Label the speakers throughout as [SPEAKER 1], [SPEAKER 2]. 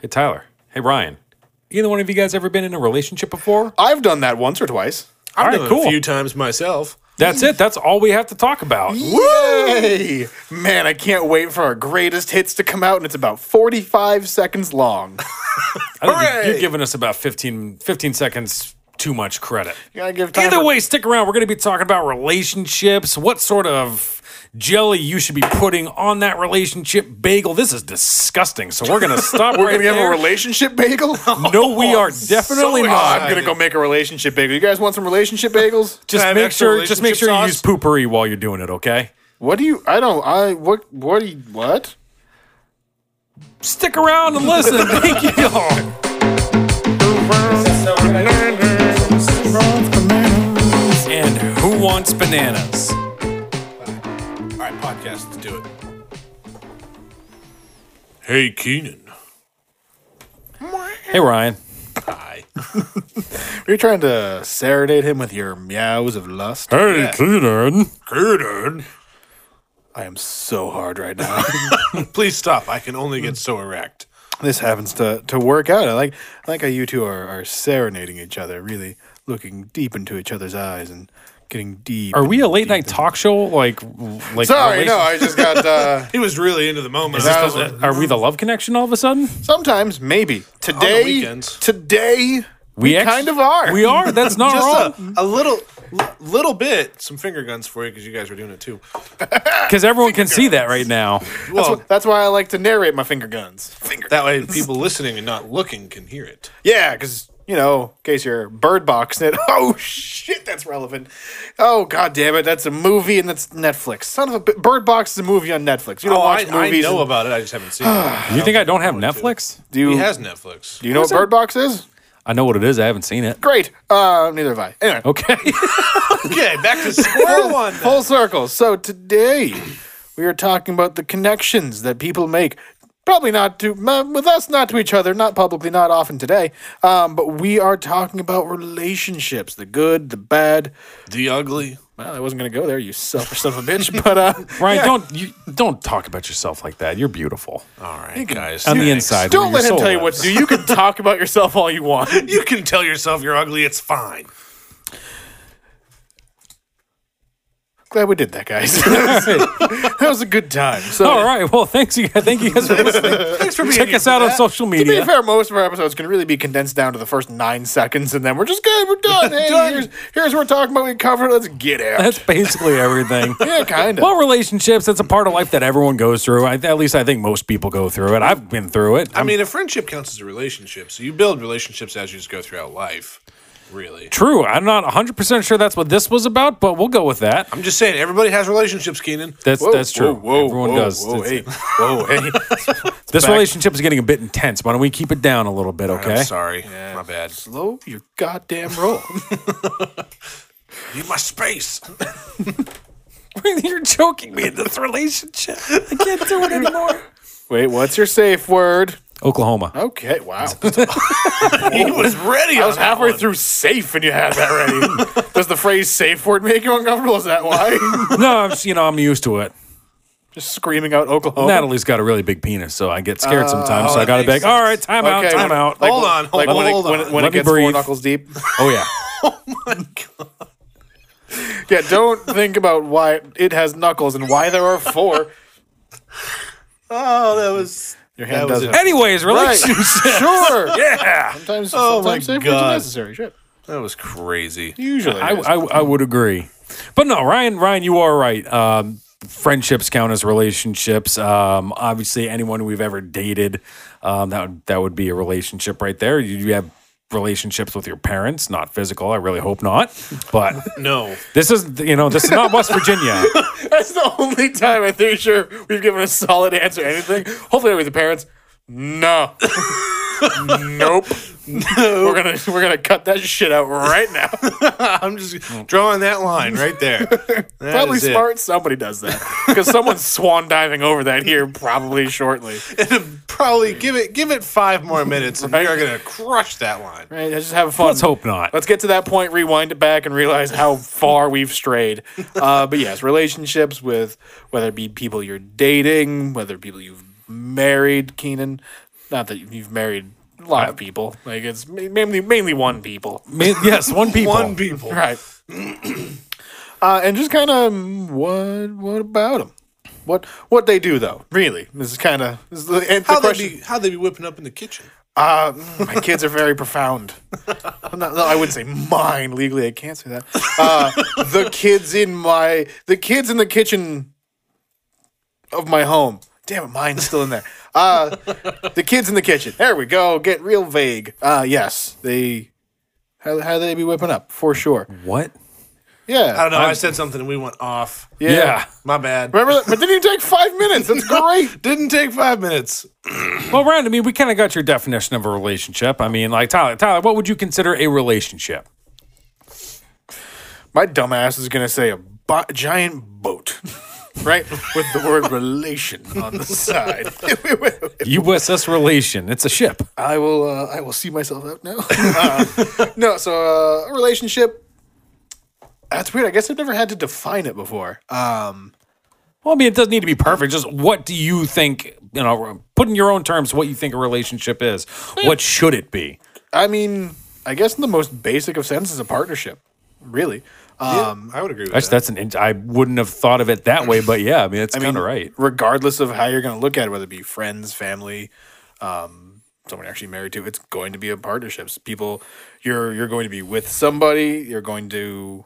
[SPEAKER 1] Hey, Tyler. Hey, Ryan. Either one of you guys ever been in a relationship before?
[SPEAKER 2] I've done that once or twice.
[SPEAKER 1] All
[SPEAKER 3] I've
[SPEAKER 1] right,
[SPEAKER 3] done it
[SPEAKER 1] cool.
[SPEAKER 3] a few times myself.
[SPEAKER 1] That's it. That's all we have to talk about.
[SPEAKER 2] Yay! Man, I can't wait for our greatest hits to come out, and it's about 45 seconds long.
[SPEAKER 1] I think
[SPEAKER 3] Hooray!
[SPEAKER 1] you're giving us about 15, 15 seconds too much credit.
[SPEAKER 2] You gotta give time
[SPEAKER 1] Either
[SPEAKER 2] for-
[SPEAKER 1] way, stick around. We're going to be talking about relationships, what sort of jelly you should be putting on that relationship bagel. This is disgusting. So we're going to stop
[SPEAKER 2] We're
[SPEAKER 1] right
[SPEAKER 2] gonna have a
[SPEAKER 1] there.
[SPEAKER 2] relationship bagel? Oh,
[SPEAKER 1] No, we are definitely
[SPEAKER 3] so
[SPEAKER 1] not.
[SPEAKER 2] I'm gonna go make a relationship bagel. You guys want some relationship bagels?
[SPEAKER 1] Just
[SPEAKER 3] Can I have
[SPEAKER 1] make
[SPEAKER 3] extra
[SPEAKER 1] sure just make
[SPEAKER 3] relationship
[SPEAKER 1] sure you use
[SPEAKER 3] sauce?
[SPEAKER 1] poopery while you're doing it, okay?
[SPEAKER 2] What do you? I don't. I what? What do you? What?
[SPEAKER 1] Stick around and listen. Thank you all. And who wants bananas?
[SPEAKER 3] All right, podcast, let's do it. Hey, Keenan.
[SPEAKER 1] Hey Ryan.
[SPEAKER 3] Hi.
[SPEAKER 2] You're trying to serenade him with your meows of lust.
[SPEAKER 1] Hey Keenan.
[SPEAKER 3] Keenan.
[SPEAKER 2] I am so hard right now.
[SPEAKER 3] Please stop. I can only get so erect.
[SPEAKER 2] this happens to to work out. I like I like how you two are, are serenading each other, really looking deep into each other's eyes and getting deep.
[SPEAKER 1] Are we a late night talk show? Like, like
[SPEAKER 2] Sorry,
[SPEAKER 1] relation-
[SPEAKER 2] no. I just got. Uh,
[SPEAKER 3] He was really into the moment.
[SPEAKER 2] this
[SPEAKER 3] I
[SPEAKER 2] the-
[SPEAKER 3] was-
[SPEAKER 1] Are we the love connection all of a sudden?
[SPEAKER 2] sometimes, maybe today.
[SPEAKER 3] weekends.
[SPEAKER 2] Today, we,
[SPEAKER 1] act-
[SPEAKER 2] kind of are.
[SPEAKER 1] We are. That's not wrong.
[SPEAKER 3] just a, a little, li- little bit. Some finger guns for you because you guys were doing it too.
[SPEAKER 1] Because everyone can see that right now.
[SPEAKER 2] That's,
[SPEAKER 3] Well,
[SPEAKER 2] wh- that's why I like to narrate my finger guns. Finger.
[SPEAKER 3] that way people listening and not looking can hear it.
[SPEAKER 2] Yeah, because you know, in case you're bird boxing it. Oh shit, that's relevant. Oh god damn it, that's a movie and that's Netflix. Son of a bi- bird box is a movie on Netflix. You don't
[SPEAKER 3] Oh, I,
[SPEAKER 2] watch
[SPEAKER 3] I
[SPEAKER 2] movies.
[SPEAKER 3] know
[SPEAKER 2] and-
[SPEAKER 3] about it. I just haven't seen it.
[SPEAKER 1] You think I don't have Netflix?
[SPEAKER 2] do you,
[SPEAKER 3] He has Netflix.
[SPEAKER 2] do you know what
[SPEAKER 1] it?
[SPEAKER 2] bird box is?
[SPEAKER 1] I know what it is. I haven't seen it.
[SPEAKER 2] Great. Uh, neither have I. Anyway,
[SPEAKER 1] Okay.
[SPEAKER 3] Okay, back to square one.
[SPEAKER 2] full circle. So today we are talking about the connections that people make. Probably not to uh, with us, not to each other, not publicly, not often today. Um, but we are talking about relationships, the good, the bad,
[SPEAKER 3] The ugly.
[SPEAKER 2] Well, I wasn't gonna go there, you selfish son of a bitch. But uh,
[SPEAKER 1] Ryan, don't you don't talk about yourself like that. You're beautiful
[SPEAKER 3] All right, guys.
[SPEAKER 1] on the
[SPEAKER 3] thanks.
[SPEAKER 1] inside.
[SPEAKER 2] don't
[SPEAKER 1] where
[SPEAKER 2] let
[SPEAKER 1] your soul
[SPEAKER 2] him tell you what
[SPEAKER 1] lives.
[SPEAKER 2] to do. You can talk about yourself all you want.
[SPEAKER 3] You can tell yourself you're ugly. It's fine.
[SPEAKER 2] Glad we did that, guys. that was a good time. So,
[SPEAKER 1] All right. Well, thanks you. guys. Thank you guys for listening.
[SPEAKER 3] Thanks for being
[SPEAKER 1] Check
[SPEAKER 3] here
[SPEAKER 1] us
[SPEAKER 3] for
[SPEAKER 1] out on
[SPEAKER 3] that.
[SPEAKER 1] social
[SPEAKER 2] to be
[SPEAKER 1] media.
[SPEAKER 2] fair, most of our episodes can really be condensed down to the first nine seconds, and then we're just good. We're done. Hey,
[SPEAKER 3] Done.
[SPEAKER 2] Here's, here's what we're talking about. We covered. it. Let's get out.
[SPEAKER 1] That's basically everything.
[SPEAKER 2] yeah, kind of.
[SPEAKER 1] Well, relationships, that's a part of life that everyone goes through. I, at least I think most people go through it. I've been through it.
[SPEAKER 3] I mean, a friendship counts as a relationship, so you build relationships as you just go throughout life. Really,
[SPEAKER 1] True. I'm not 100% sure that's what this was about, but we'll go with that.
[SPEAKER 3] I'm just saying everybody has relationships, Keenan.
[SPEAKER 1] That's
[SPEAKER 2] Whoa,
[SPEAKER 1] that's true.
[SPEAKER 2] Whoa, whoa,
[SPEAKER 1] Everyone
[SPEAKER 2] whoa,
[SPEAKER 1] does.
[SPEAKER 2] Whoa,
[SPEAKER 1] It's-
[SPEAKER 2] hey, whoa, hey.
[SPEAKER 1] this
[SPEAKER 2] back.
[SPEAKER 1] relationship is getting a bit intense. Why don't we keep it down a little bit, okay?
[SPEAKER 3] I'm sorry, my bad.
[SPEAKER 2] Slow your goddamn roll.
[SPEAKER 3] Leave my space.
[SPEAKER 1] You're joking me in this relationship. I can't do it anymore.
[SPEAKER 2] Wait, what's your safe word?
[SPEAKER 1] Oklahoma.
[SPEAKER 2] Okay, wow.
[SPEAKER 3] he was ready.
[SPEAKER 2] I was halfway through safe and you had that ready. Does the phrase safe word make you uncomfortable? Is that why?
[SPEAKER 1] No, I'm just, you know, I'm used to it.
[SPEAKER 2] Just screaming out Oklahoma.
[SPEAKER 1] Natalie's got a really big penis, so I get scared sometimes.
[SPEAKER 3] oh,
[SPEAKER 1] So I
[SPEAKER 3] that
[SPEAKER 1] got to be like,
[SPEAKER 3] makes
[SPEAKER 1] all right, time out,
[SPEAKER 2] Okay,
[SPEAKER 1] time
[SPEAKER 2] when-
[SPEAKER 1] out.
[SPEAKER 3] Hold on,
[SPEAKER 2] like
[SPEAKER 3] hold
[SPEAKER 2] when it,
[SPEAKER 3] on.
[SPEAKER 2] when it, when
[SPEAKER 1] Let
[SPEAKER 2] it
[SPEAKER 1] me
[SPEAKER 2] gets four
[SPEAKER 1] breathe.
[SPEAKER 2] knuckles deep.
[SPEAKER 1] oh, yeah.
[SPEAKER 2] Yeah, don't think about why it has knuckles and why there are four.
[SPEAKER 3] Oh, that was
[SPEAKER 2] Your hand
[SPEAKER 3] was
[SPEAKER 2] doesn't.
[SPEAKER 3] it.
[SPEAKER 1] Anyways,
[SPEAKER 2] Right.
[SPEAKER 1] relationship.
[SPEAKER 2] sure.
[SPEAKER 1] Yeah.
[SPEAKER 2] Sometimes,
[SPEAKER 3] Oh my
[SPEAKER 2] sometimes safe words
[SPEAKER 3] God.
[SPEAKER 2] are necessary. Shit.
[SPEAKER 3] that was crazy.
[SPEAKER 2] Usually.
[SPEAKER 1] I,
[SPEAKER 2] it is.
[SPEAKER 1] I, I would agree. But no, Ryan, Ryan, you are right. Um, friendships count as relationships. Um, obviously, anyone we've ever dated, um, that would, that would be a relationship right there. You, you have relationships with your parents, not physical. I really hope not. But
[SPEAKER 3] No,
[SPEAKER 1] this is you know this is not West Virginia.
[SPEAKER 2] That's the only time I think sure we've given a solid answer to anything. Hopefully with the parents. No. nope. We're gonna we're gonna cut that shit out right now.
[SPEAKER 3] I'm just drawing that line right there. That
[SPEAKER 2] probably
[SPEAKER 3] is it.
[SPEAKER 2] smart somebody does that because someone's swan diving over that here probably shortly.
[SPEAKER 3] Probably give it give it five more minutes, and we are gonna crush that line.
[SPEAKER 2] Right, just have fun.
[SPEAKER 1] Let's hope not.
[SPEAKER 2] Let's get to that point, rewind it back, and realize how far we've strayed. Uh, but yes, relationships with whether it be people you're dating, whether people you've married, Keenan, Not that you've married a lot of people. Like it's ma- mainly mainly one people.
[SPEAKER 1] Ma- yes, one people.
[SPEAKER 3] One people.
[SPEAKER 2] Right. uh, and just kind of what what about them? What what they do though? Really, this is kind of this is the, and the
[SPEAKER 3] How they
[SPEAKER 2] question.
[SPEAKER 3] be how they be whipping up in the kitchen?
[SPEAKER 2] Uh, mm, my kids are very profound. I'm not- no, I wouldn't say mine legally. I can't say that. Uh, the kids in my the kids in the kitchen of my home. Damn it, mine's still in there. Uh, the kids in the kitchen. There we go. Get real vague. Uh, yes, they. How how they be whipping up for sure?
[SPEAKER 1] What?
[SPEAKER 3] I
[SPEAKER 2] Yeah,
[SPEAKER 3] don't know. i said something and we went off.
[SPEAKER 2] yeah.
[SPEAKER 1] yeah.
[SPEAKER 3] My bad.
[SPEAKER 2] Remember that? But didn't even take five minutes. That's great.
[SPEAKER 3] Didn't take five minutes.
[SPEAKER 1] Well, Ryan, I mean, we kind of got your definition of a relationship. I mean, like Tyler, Tyler, what would you consider a relationship?
[SPEAKER 2] My dumbass is gonna say a bo- giant boat, right? With the word relation on the side.
[SPEAKER 1] USS relation. It's a ship.
[SPEAKER 2] I will. Uh, I will see myself out now. Uh, no, so uh, a relationship. That's weird. I guess I've never had to define it before. Um,
[SPEAKER 1] Well, I mean, it doesn't need to be perfect. Just what do you think? You know, put in your own terms what you think a relationship is. What should it be?
[SPEAKER 2] I mean, I guess in the most basic of senses, a partnership, really. Um,
[SPEAKER 3] I would agree with
[SPEAKER 1] That's
[SPEAKER 3] that.
[SPEAKER 1] that's an. in- I wouldn't have thought of it that way, but yeah, I mean, it's kind of right.
[SPEAKER 2] regardless of how you're going to look at it, whether it be friends, family, um, someone you're actually married to, it's going to be a partnerships. People, you're you're going to be with somebody. You're going to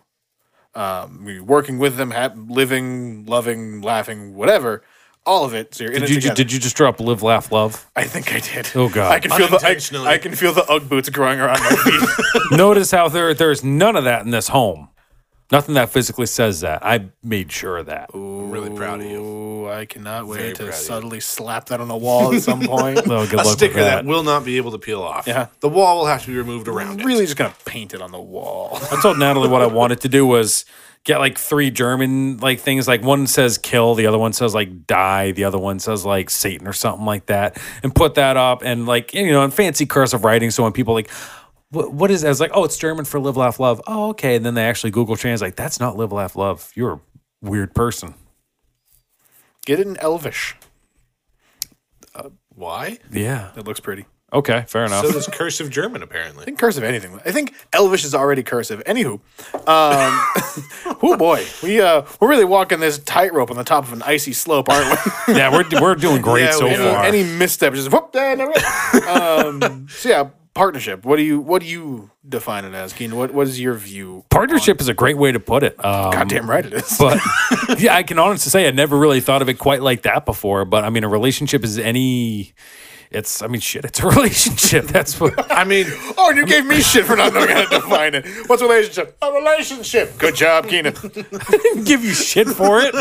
[SPEAKER 2] um, be working with them, ha- living, loving, laughing, whatever. All of it. So you're in
[SPEAKER 1] Did
[SPEAKER 2] it
[SPEAKER 1] you
[SPEAKER 2] together.
[SPEAKER 1] did you just drop live, laugh, love?
[SPEAKER 2] I think I did.
[SPEAKER 1] Oh, God.
[SPEAKER 2] I can feel the
[SPEAKER 3] Unintentionally.
[SPEAKER 2] I, I can feel the UGG boots growing around my feet.
[SPEAKER 1] Notice how there there's none of that in this home. Nothing that physically says that. I made sure of that.
[SPEAKER 3] I'm really proud of you.
[SPEAKER 2] Ooh, I cannot wait
[SPEAKER 3] Very proud
[SPEAKER 2] to
[SPEAKER 3] of you.
[SPEAKER 2] subtly slap that on the wall at some point.
[SPEAKER 1] Oh, good
[SPEAKER 3] A
[SPEAKER 1] luck with
[SPEAKER 3] sticker
[SPEAKER 1] that.
[SPEAKER 3] that. will not be able to peel off.
[SPEAKER 2] Yeah.
[SPEAKER 3] The wall will have to be removed around
[SPEAKER 2] I'm
[SPEAKER 3] it.
[SPEAKER 2] really just gonna paint it on the wall.
[SPEAKER 1] I told Natalie what I wanted to do was get like three German like things. Like one says kill, the other one says like die, the other one says like Satan or something like that, and put that up and like you know in fancy cursive writing. So when people like. What, what is that? It's like, oh, it's German for live, laugh, love. Oh, okay. And then they actually Google translate. That's not live, laugh, love. You're a weird person.
[SPEAKER 2] Get it in Elvish.
[SPEAKER 3] Why?
[SPEAKER 1] Yeah.
[SPEAKER 2] It looks pretty.
[SPEAKER 1] Okay. Fair enough.
[SPEAKER 3] So does cursive German apparently.
[SPEAKER 2] think cursive anything. I think Elvish is already cursive. Anywho, um, oh boy, we uh, we're really walking this tightrope on the top of an icy slope, aren't we?
[SPEAKER 1] yeah, we're, we're doing great
[SPEAKER 3] Yeah,
[SPEAKER 1] so
[SPEAKER 3] we-
[SPEAKER 2] any,
[SPEAKER 1] far.
[SPEAKER 2] any misstep, just whoop. there, there it is. um, so yeah, partnership. What do you what do you define it as, Keen? What what is your view?
[SPEAKER 1] Partnership is a great way to put it. Um,
[SPEAKER 2] Goddamn right it is.
[SPEAKER 1] but yeah, I can honestly say I never really thought of it quite like that before. But I mean, a relationship is any. It's I mean, shit. It's a relationship. That's what.
[SPEAKER 3] I mean,
[SPEAKER 2] Oh, and you gave me shit for not knowing how to define it. What's a relationship? A relationship. Good job, Keenan.
[SPEAKER 1] give you shit for it.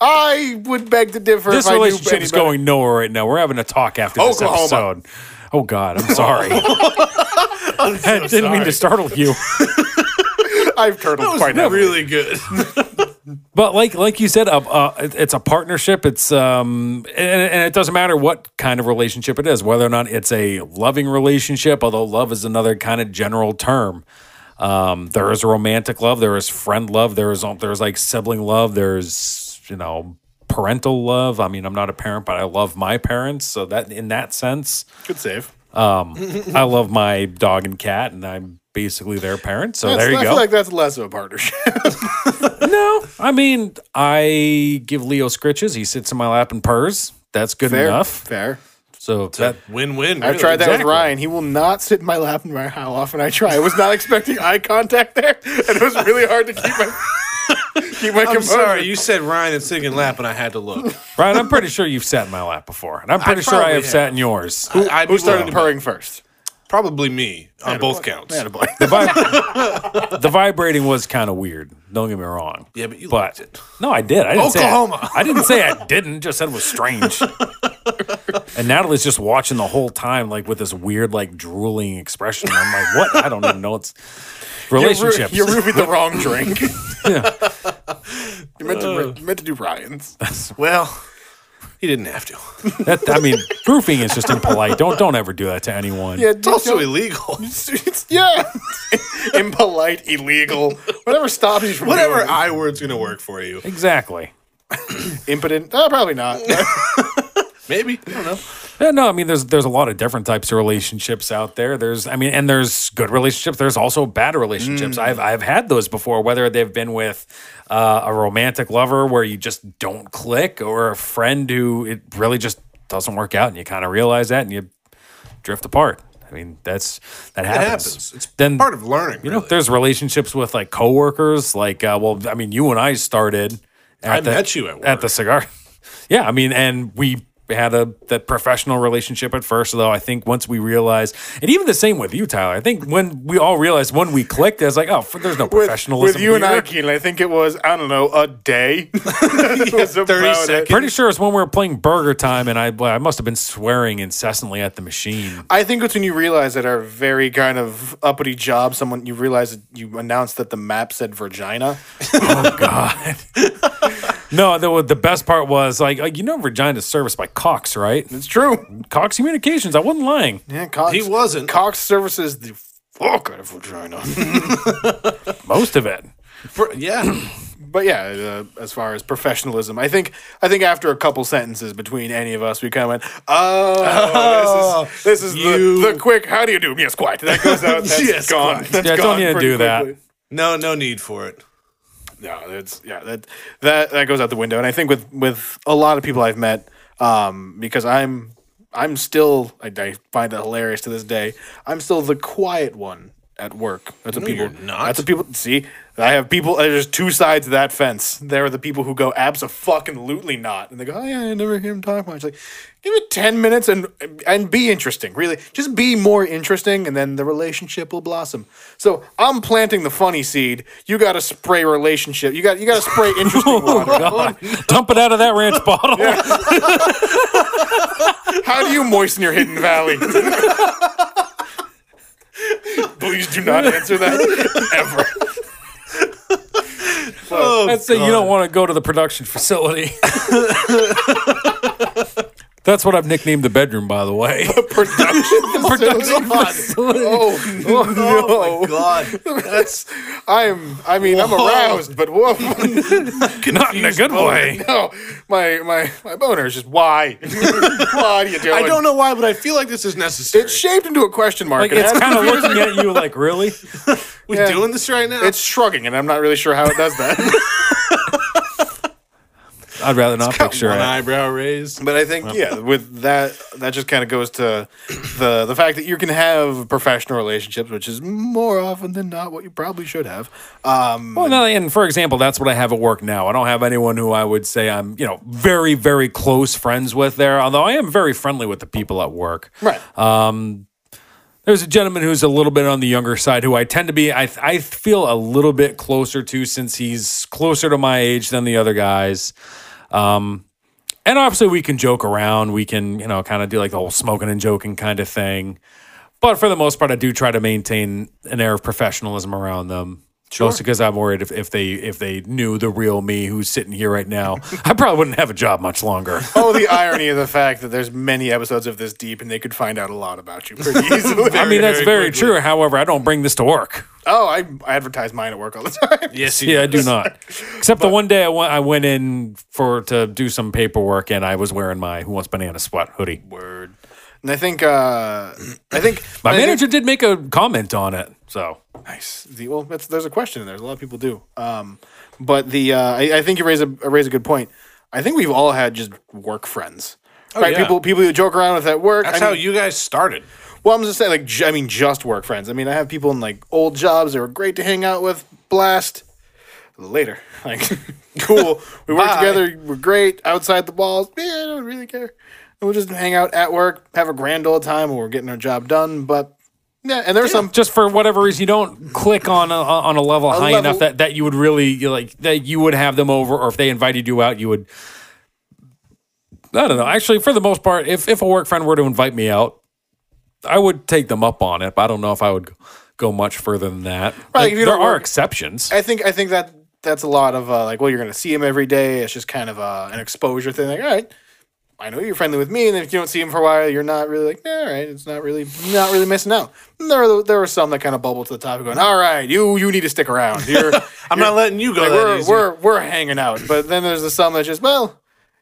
[SPEAKER 2] I would beg to differ.
[SPEAKER 1] This
[SPEAKER 2] if I knew
[SPEAKER 1] relationship
[SPEAKER 2] any
[SPEAKER 1] is
[SPEAKER 2] better.
[SPEAKER 1] going nowhere right now. We're having a talk after
[SPEAKER 2] Oklahoma.
[SPEAKER 1] this episode. Oh God, I'm sorry. I didn't mean to startle you.
[SPEAKER 2] I've turtled quite heavily.
[SPEAKER 3] really good.
[SPEAKER 1] But like like you said, uh, uh, it- it's a partnership. It's um, and, and it doesn't matter what kind of relationship it is, whether or not it's a loving relationship. Although love is another kind of general term. Um, there is romantic love. There is friend love. There is there's like sibling love. There's you know parental love. I mean, I'm not a parent, but I love my parents. So that in that sense,
[SPEAKER 2] Good save.
[SPEAKER 1] I love my dog and cat, and I'm basically their parent. So there you
[SPEAKER 2] I
[SPEAKER 1] go.
[SPEAKER 2] feel like that's less of a partnership.
[SPEAKER 1] No, I mean, I give Leo scritches. He sits in my lap and purrs. That's good enough.
[SPEAKER 2] Fair.
[SPEAKER 1] So that
[SPEAKER 3] Win-win.
[SPEAKER 2] I've
[SPEAKER 3] really.
[SPEAKER 2] tried that
[SPEAKER 1] exactly.
[SPEAKER 2] with Ryan. He will not sit in my lap no matter how often I try. I was not expecting eye contact there, and it was really hard to keep my keep my
[SPEAKER 3] I'm
[SPEAKER 2] composure.
[SPEAKER 3] sorry. You said Ryan and singing lap, and I had to look.
[SPEAKER 1] Ryan, I'm pretty sure you've sat in my lap before, and I'm pretty sure I
[SPEAKER 3] probably
[SPEAKER 1] have,
[SPEAKER 3] have.
[SPEAKER 1] sat in yours.
[SPEAKER 3] Who, I,
[SPEAKER 2] Who started purring first?
[SPEAKER 3] Probably me on both counts.
[SPEAKER 2] Attaboy.
[SPEAKER 1] The, vib- the vibrating was kind of weird. Don't get me wrong.
[SPEAKER 3] Yeah, but you liked it.
[SPEAKER 1] No, I did. I didn't Say
[SPEAKER 3] Oklahoma.
[SPEAKER 1] I, I didn't say I didn't. Just said it was strange. and Natalie's just watching the whole time, like with this weird, like drooling expression. I'm like, what? I don't even know. It's relationships.
[SPEAKER 2] You're, ru- you're ruining the wrong drink. you meant
[SPEAKER 4] Uh.
[SPEAKER 2] to ru- you meant to do Ryan's.
[SPEAKER 3] Well, he didn't have to.
[SPEAKER 1] That I mean, roofing is just impolite. Don't don't ever do that to anyone.
[SPEAKER 2] Yeah,
[SPEAKER 3] It's also illegal.
[SPEAKER 2] it's, yeah, impolite, illegal, whatever stops you from
[SPEAKER 3] Whatever
[SPEAKER 2] doing
[SPEAKER 3] I word's gonna work for you.
[SPEAKER 1] Exactly.
[SPEAKER 2] it. impotent. Uh, probably not.
[SPEAKER 3] Maybe I don't know.
[SPEAKER 1] It Yeah, no, I mean, there's there's a lot of different types of relationships out there. There's, I mean, and there's good relationships. There's also bad
[SPEAKER 3] Mm.
[SPEAKER 1] relationships. I've I've had those before, whether they've been with uh, a romantic lover where you just don't click, or a friend who it really just doesn't work out, and you kind of realize that, and you drift apart. I mean, that's that happens.
[SPEAKER 3] happens. It's part of learning,
[SPEAKER 1] You know,
[SPEAKER 3] really.
[SPEAKER 1] there's relationships with like coworkers. Like, uh, well, I mean, you and I started. At
[SPEAKER 3] I met you at work.
[SPEAKER 1] the cigar. yeah, I mean, and we had a that professional relationship at first. Though I think once we realized, and even the same with you, Tyler. I think when we all realized when we clicked, I was like, oh, f- there's no
[SPEAKER 4] With,
[SPEAKER 1] professionalism
[SPEAKER 4] with you and
[SPEAKER 1] here.
[SPEAKER 4] I, Keenan, I think it was, I don't know, a day. It was about
[SPEAKER 3] 30
[SPEAKER 4] it.
[SPEAKER 3] seconds.
[SPEAKER 1] Pretty sure it's when we were playing Burger Time, and I well, I must have been swearing incessantly at the machine.
[SPEAKER 4] I think it's when you realize at our very kind of uppity job, someone you realize that you announced that the map said Virginia.
[SPEAKER 1] No, the, the best part was like, uh, you know, Regina's serviced by Cox, right?
[SPEAKER 4] It's true.
[SPEAKER 1] Cox Communications. I wasn't lying.
[SPEAKER 4] Yeah, Cox.
[SPEAKER 3] He wasn't.
[SPEAKER 4] Cox services the fuck out of Virginia.
[SPEAKER 1] Most of it.
[SPEAKER 3] For- yeah.
[SPEAKER 4] but yeah, uh, as far as professionalism, I think I think after a couple sentences between any of us, we kind of went, "Oh, this is, this is
[SPEAKER 3] you-
[SPEAKER 4] the, the quick. How do you do? Yes, quiet. That goes out. That's
[SPEAKER 3] Yes,
[SPEAKER 4] gone.
[SPEAKER 3] quiet.
[SPEAKER 4] That's
[SPEAKER 1] Yeah, don't
[SPEAKER 4] gone
[SPEAKER 1] need to
[SPEAKER 4] pretty
[SPEAKER 1] do that.
[SPEAKER 4] quickly.
[SPEAKER 3] No, no need for it.
[SPEAKER 4] no, that's yeah, that that that goes out the window. And I think with with a lot of people I've met, um, because I'm I'm still I, I find it hilarious to this day. I'm still the quiet one at work. That's what
[SPEAKER 3] No,
[SPEAKER 4] people.
[SPEAKER 3] you're not.
[SPEAKER 4] That's what people see. I have people. uh, There's two sides of that fence. There are the people who go absolutely not, and they go, "Oh yeah, I never hear him talk much." Like, give it ten minutes and and be interesting. Really, just be more interesting, and then the relationship will blossom. So I'm planting the funny seed. You got to spray relationship. You got you got to spray interesting water.
[SPEAKER 1] God. Dump it out of that ranch bottle.
[SPEAKER 4] How do you moisten your hidden valley? Please do not answer that ever.
[SPEAKER 1] I'd say you don't want to go to the production facility. That's what I've nicknamed the bedroom, by the way.
[SPEAKER 4] Production.
[SPEAKER 1] Production
[SPEAKER 4] God.
[SPEAKER 1] facility.
[SPEAKER 4] Oh
[SPEAKER 3] Oh my god.
[SPEAKER 4] That's I'm I mean I'm
[SPEAKER 3] Whoa.
[SPEAKER 4] aroused, but whoa,
[SPEAKER 1] Not in a good way.
[SPEAKER 4] no, Oh, my my my boner is just why? why do you do
[SPEAKER 3] I don't know why, but I feel like this is necessary.
[SPEAKER 4] It's shaped into a question mark.
[SPEAKER 1] Like,
[SPEAKER 4] and
[SPEAKER 1] it's
[SPEAKER 4] has-
[SPEAKER 1] kind of looking at you like, really?
[SPEAKER 3] we
[SPEAKER 4] yeah.
[SPEAKER 3] doing this right now?
[SPEAKER 4] it's shrugging, and I'm not really sure how it does that.
[SPEAKER 1] I'd rather not
[SPEAKER 3] Got
[SPEAKER 1] picture
[SPEAKER 3] one
[SPEAKER 1] it.
[SPEAKER 3] eyebrow raised.
[SPEAKER 4] but I think yeah, with that that just kind of goes to the the fact that you can have professional relationships, which is more often than not what you probably should have. Um,
[SPEAKER 1] Well, no, and for example, that's what I have at work now. I don't have anyone who I would say I'm, you know, very, very close friends with there, although I am very friendly with the people at work.
[SPEAKER 4] right.
[SPEAKER 1] There's a gentleman who's a little bit on the younger side who I tend to be, I, I feel a little bit closer to since he's closer to my age than the other guys. Um, and obviously, we can joke around. We can, you know, kind of do like the whole smoking and joking kind of thing. But for the most part, I do try to maintain an air of professionalism around them. Mostly because I'm worried if, if they if they knew the real me who's sitting here right now, I probably wouldn't have a job much longer.
[SPEAKER 4] oh, the irony of the fact that there's many episodes of this deep, and they could find out a lot about you pretty easily.
[SPEAKER 1] I mean, that's very,
[SPEAKER 3] very quickly.
[SPEAKER 1] true. However, I don't bring this to work.
[SPEAKER 4] Oh, I, I advertise mine at work all the time.
[SPEAKER 3] Yes, he
[SPEAKER 1] Yeah, I
[SPEAKER 3] does.
[SPEAKER 1] do not. Except the one day I went, I went in for to do some paperwork, and I was wearing my Who Wants Banana Sweat hoodie.
[SPEAKER 4] Word. And I think uh, I think
[SPEAKER 1] My
[SPEAKER 4] I
[SPEAKER 1] manager did make a comment on it, so
[SPEAKER 4] Think, nice. The, well, that's, there's a question in there. A lot of people do. Um, but the uh, I, I think you raise a raise a good point. I think we've all had just work friends, right?
[SPEAKER 3] yeah.
[SPEAKER 4] People people who joke around with at work.
[SPEAKER 3] That's
[SPEAKER 4] I
[SPEAKER 3] how
[SPEAKER 4] mean-
[SPEAKER 3] you guys started.
[SPEAKER 4] Well, I'm just saying, like, j- I mean, just work friends. I mean, I have people in like old jobs that were great to hang out with. Blast later, like, cool. We work
[SPEAKER 3] Bye.
[SPEAKER 4] together. We're great outside the walls. Yeah, I don't really care. And we'll just hang out at work, have a grand old time, when we're getting our job done. But yeah, and there's some
[SPEAKER 1] just for whatever reason, you don't click on a, on a level high
[SPEAKER 4] level-
[SPEAKER 1] enough that, that you would really you like that you would have them over, or if they invited you out, you would. I don't know. Actually, for the most part, if if a work friend were to invite me out, I would take them up on it. But I don't know if I would go much further than that.
[SPEAKER 4] Right,
[SPEAKER 1] Like,
[SPEAKER 4] if you
[SPEAKER 1] there
[SPEAKER 4] don't
[SPEAKER 1] are
[SPEAKER 4] work-
[SPEAKER 1] exceptions.
[SPEAKER 4] I think I think that that's a lot of uh, like, well, you're gonna see him every day. It's just kind of uh, an exposure thing. Like, all right, I know you're friendly with me, and if you don't see him for a while, you're not really like, "Yeah, all right, it's not really not really missing out. And there were there were some that kind of bubble to the top, going, all right, you you need to stick around. You're,
[SPEAKER 3] I'm not letting you go
[SPEAKER 4] like,
[SPEAKER 3] that
[SPEAKER 4] we're
[SPEAKER 3] easy.
[SPEAKER 4] we're we're hanging out. But then there's the some that just well.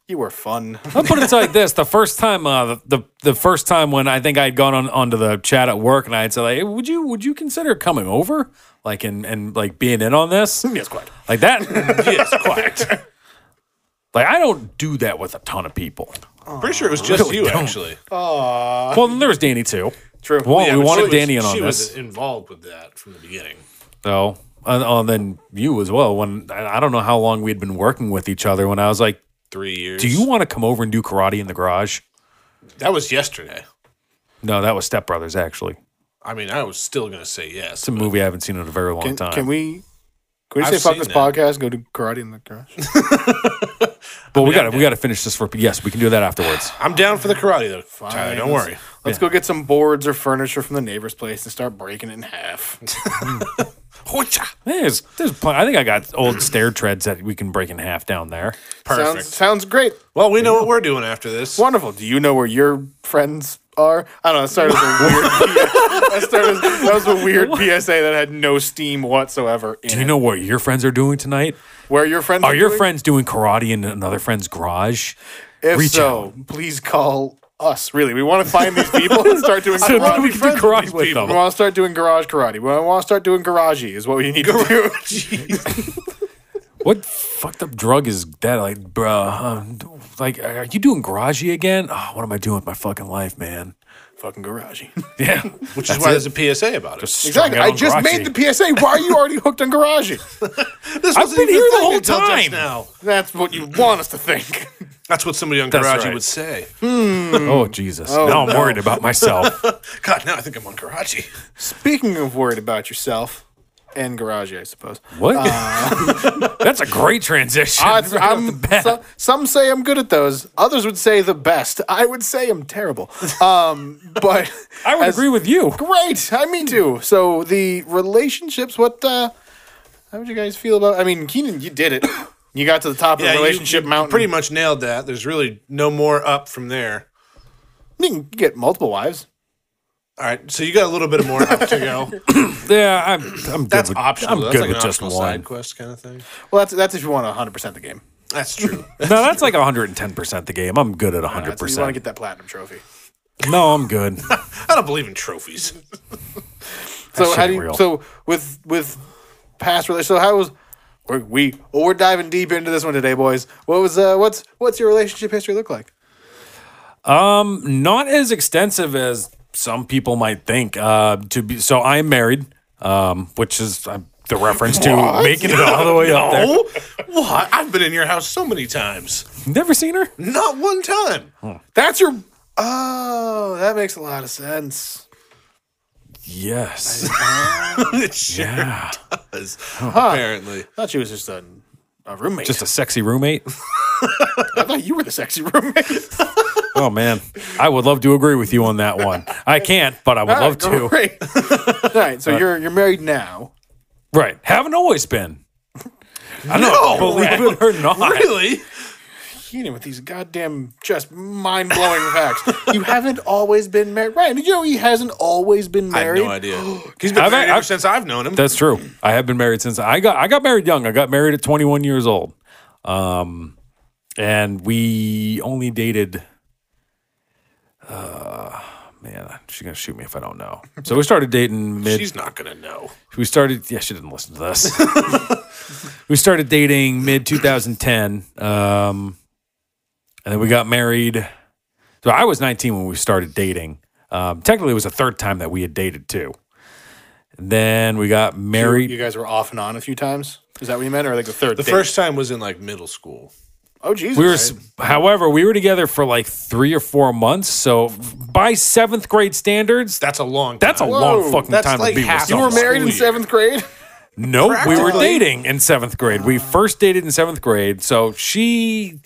[SPEAKER 4] You were fun.
[SPEAKER 1] I'll put it to you like this: the first time, uh, the, the the first time when I think I'd gone on onto the chat at work, and I had said, like, "Hey, "Would you would you consider coming over, like and and like being in on this,
[SPEAKER 4] yes, quite.
[SPEAKER 1] like that?" yes, quite. Like I don't do that with a ton of people.
[SPEAKER 3] Pretty sure it was just you, actually.
[SPEAKER 1] well, then there was Danny too.
[SPEAKER 4] True.
[SPEAKER 1] Well,
[SPEAKER 3] Yeah,
[SPEAKER 1] we
[SPEAKER 3] Oh, but
[SPEAKER 1] wanted
[SPEAKER 3] she was-
[SPEAKER 1] Danny in on
[SPEAKER 3] She
[SPEAKER 1] this.
[SPEAKER 3] was involved with that from the beginning.
[SPEAKER 1] So, and, oh, and then you as well. When I I don't know how long we had been working with each other. When I was like,
[SPEAKER 3] Three years.
[SPEAKER 1] "Do you want to come over and do karate in the garage?"
[SPEAKER 3] That was yesterday.
[SPEAKER 1] No, that was Step Brothers. Actually,
[SPEAKER 3] I mean, I was still gonna say yes.
[SPEAKER 1] it's a movie I haven't seen in a very long
[SPEAKER 4] Can,
[SPEAKER 1] time.
[SPEAKER 4] can we? Can we
[SPEAKER 3] I've
[SPEAKER 4] say fuck
[SPEAKER 3] seen
[SPEAKER 4] this
[SPEAKER 3] that.
[SPEAKER 4] podcast? Go do karate in the garage.
[SPEAKER 1] but we got to we got to finish this for. Yes, we can do that afterwards.
[SPEAKER 3] I'm down for the karate though, Tyler. Don't worry.
[SPEAKER 4] Let's go get some boards or furniture from the neighbor's place and start breaking it in half.
[SPEAKER 3] Hoo-cha.
[SPEAKER 1] There's, there's pl- I think I got old stair treads that we can break in half down there.
[SPEAKER 3] Perfect.
[SPEAKER 4] Sounds sounds great.
[SPEAKER 3] well, we know what we're doing after this.
[SPEAKER 4] Wonderful. Do you know where your friends are? I don't know. That started as a weird. that, started, that was a weird PSA that had no steam whatsoever. In
[SPEAKER 1] Do you
[SPEAKER 4] it.
[SPEAKER 1] know what your friends are doing tonight?
[SPEAKER 4] where your friends
[SPEAKER 1] Are your
[SPEAKER 4] doing?
[SPEAKER 1] friends doing karate in another friend's garage?
[SPEAKER 4] If
[SPEAKER 1] Reach
[SPEAKER 4] so, Oh, please call us. Really, we want to find these people and start doing
[SPEAKER 1] So
[SPEAKER 4] karate.
[SPEAKER 1] we
[SPEAKER 4] We,
[SPEAKER 1] can do karate with
[SPEAKER 3] people.
[SPEAKER 1] them.
[SPEAKER 4] want to start doing garage karate. We want to start doing garagey. Is what we need to do.
[SPEAKER 1] What fucked up drug is that? Like, bruh, um, like, are you doing garagey again? Oh, what am I doing with my fucking life, man?
[SPEAKER 4] Fucking garagey.
[SPEAKER 1] Yeah,
[SPEAKER 3] Which is why there's a PSA about it.
[SPEAKER 4] Exactly. I just made the PSA. Why are you already hooked on garagey?
[SPEAKER 3] this
[SPEAKER 1] I've
[SPEAKER 3] wasn't
[SPEAKER 1] been
[SPEAKER 3] even
[SPEAKER 1] here the
[SPEAKER 3] thing
[SPEAKER 1] whole
[SPEAKER 3] until just
[SPEAKER 1] time.
[SPEAKER 3] now.
[SPEAKER 4] That's what you want us to think.
[SPEAKER 3] That's what somebody on
[SPEAKER 1] That's
[SPEAKER 3] Garage
[SPEAKER 1] right.
[SPEAKER 3] would say.
[SPEAKER 1] Oh Jesus! now I'm worried about myself.
[SPEAKER 3] God, now I think I'm on Karachi.
[SPEAKER 4] Speaking of worried about yourself and garagey, I suppose.
[SPEAKER 1] What? That's a great transition.
[SPEAKER 4] I,
[SPEAKER 1] right off the
[SPEAKER 4] Uh, I'm,
[SPEAKER 1] bat.
[SPEAKER 4] so- some say I'm good at those. Others would say the best. I would say I'm terrible. Um, but
[SPEAKER 1] I would
[SPEAKER 4] as-
[SPEAKER 1] agree with you.
[SPEAKER 4] Great. I mean to. So the relationships. What? uh How would you guys feel about? I mean, Keenan, you did it. You got to the top of the
[SPEAKER 3] you-
[SPEAKER 4] relationship
[SPEAKER 3] you
[SPEAKER 4] mountain.
[SPEAKER 3] Pretty much nailed that. There's really no more up from there.
[SPEAKER 4] You can get multiple wives.
[SPEAKER 3] All right, so you got a little bit more up to go.
[SPEAKER 1] Yeah, I'm. I'm good
[SPEAKER 3] That's
[SPEAKER 1] with,
[SPEAKER 3] optional.
[SPEAKER 1] I'm
[SPEAKER 3] That's
[SPEAKER 1] good
[SPEAKER 3] like
[SPEAKER 1] with
[SPEAKER 3] an
[SPEAKER 1] just
[SPEAKER 3] optional
[SPEAKER 1] one.
[SPEAKER 3] side quest kind of thing.
[SPEAKER 4] Well, that's that's if you want 100 percent the game.
[SPEAKER 3] That's true.
[SPEAKER 1] No, that's like 110 percent the game. I'm good at 100.
[SPEAKER 4] That's if you
[SPEAKER 1] percent
[SPEAKER 4] want to get that platinum trophy.
[SPEAKER 1] No, I'm good.
[SPEAKER 3] I don't believe in trophies.
[SPEAKER 4] So how
[SPEAKER 1] shit
[SPEAKER 4] do you?
[SPEAKER 1] real.
[SPEAKER 4] So with with past relations. So how was we're, we? Well, we're diving deep into this one today, boys. What was uh? What's what's your relationship history look like?
[SPEAKER 1] Not as extensive as some people might think. Uh, to be so, I'm married, um, which is uh, the reference to making it all the way up there.
[SPEAKER 3] Oh, what? I've been in your house so many times.
[SPEAKER 1] Never seen her.
[SPEAKER 3] Not one time.
[SPEAKER 1] Hmm.
[SPEAKER 4] That's your. Oh, that makes a lot of sense.
[SPEAKER 1] Yes.
[SPEAKER 3] it sure does. Apparently,
[SPEAKER 4] I thought she was just a, a roommate.
[SPEAKER 1] Just a sexy roommate.
[SPEAKER 4] I thought you were the sexy roommate.
[SPEAKER 1] Oh man, I would love to agree with you on that one. I can't, but I would
[SPEAKER 3] Oh,
[SPEAKER 1] love to.
[SPEAKER 4] Great. All right,
[SPEAKER 3] Uh,
[SPEAKER 4] so you're you're married now.
[SPEAKER 1] Right. Haven't always been. I know.
[SPEAKER 3] No,
[SPEAKER 1] believe it or not.
[SPEAKER 3] really?
[SPEAKER 4] Keenan with these goddamn just mind blowing facts. You haven't always been married. Ryan, did you know he hasn't always been
[SPEAKER 3] I had
[SPEAKER 4] married?
[SPEAKER 3] no idea. He's been
[SPEAKER 1] I've-
[SPEAKER 3] married ever
[SPEAKER 1] I've-
[SPEAKER 3] since I've known him.
[SPEAKER 1] That's true. I have been married since I got I got married young. I got married at 21 years old. Um and we only dated uh man, she's going to shoot me if I don't know. So we started dating mid
[SPEAKER 3] She's not gonna know.
[SPEAKER 1] we started yeah she didn't listen to this we started dating mid 2010 um, and then we got married so i was 19 when we started dating um, technically it was the third time that we had dated too and then we got married
[SPEAKER 4] You guys were off and on a few times. Is that what you meant, or like the third?
[SPEAKER 3] The first time was in like middle school.
[SPEAKER 4] Oh Jesus!
[SPEAKER 1] we were s however we were together for like three or four months so by seventh grade standards
[SPEAKER 3] That's a long.
[SPEAKER 1] that's a
[SPEAKER 3] time.
[SPEAKER 1] long fucking
[SPEAKER 3] that's
[SPEAKER 1] time
[SPEAKER 3] like
[SPEAKER 1] to be with
[SPEAKER 3] half- You
[SPEAKER 4] you were
[SPEAKER 1] someone.
[SPEAKER 4] married in
[SPEAKER 3] School year.
[SPEAKER 4] seventh grade.
[SPEAKER 1] No, we were
[SPEAKER 3] Practically.
[SPEAKER 1] dating in seventh grade. We first dated in seventh grade. So she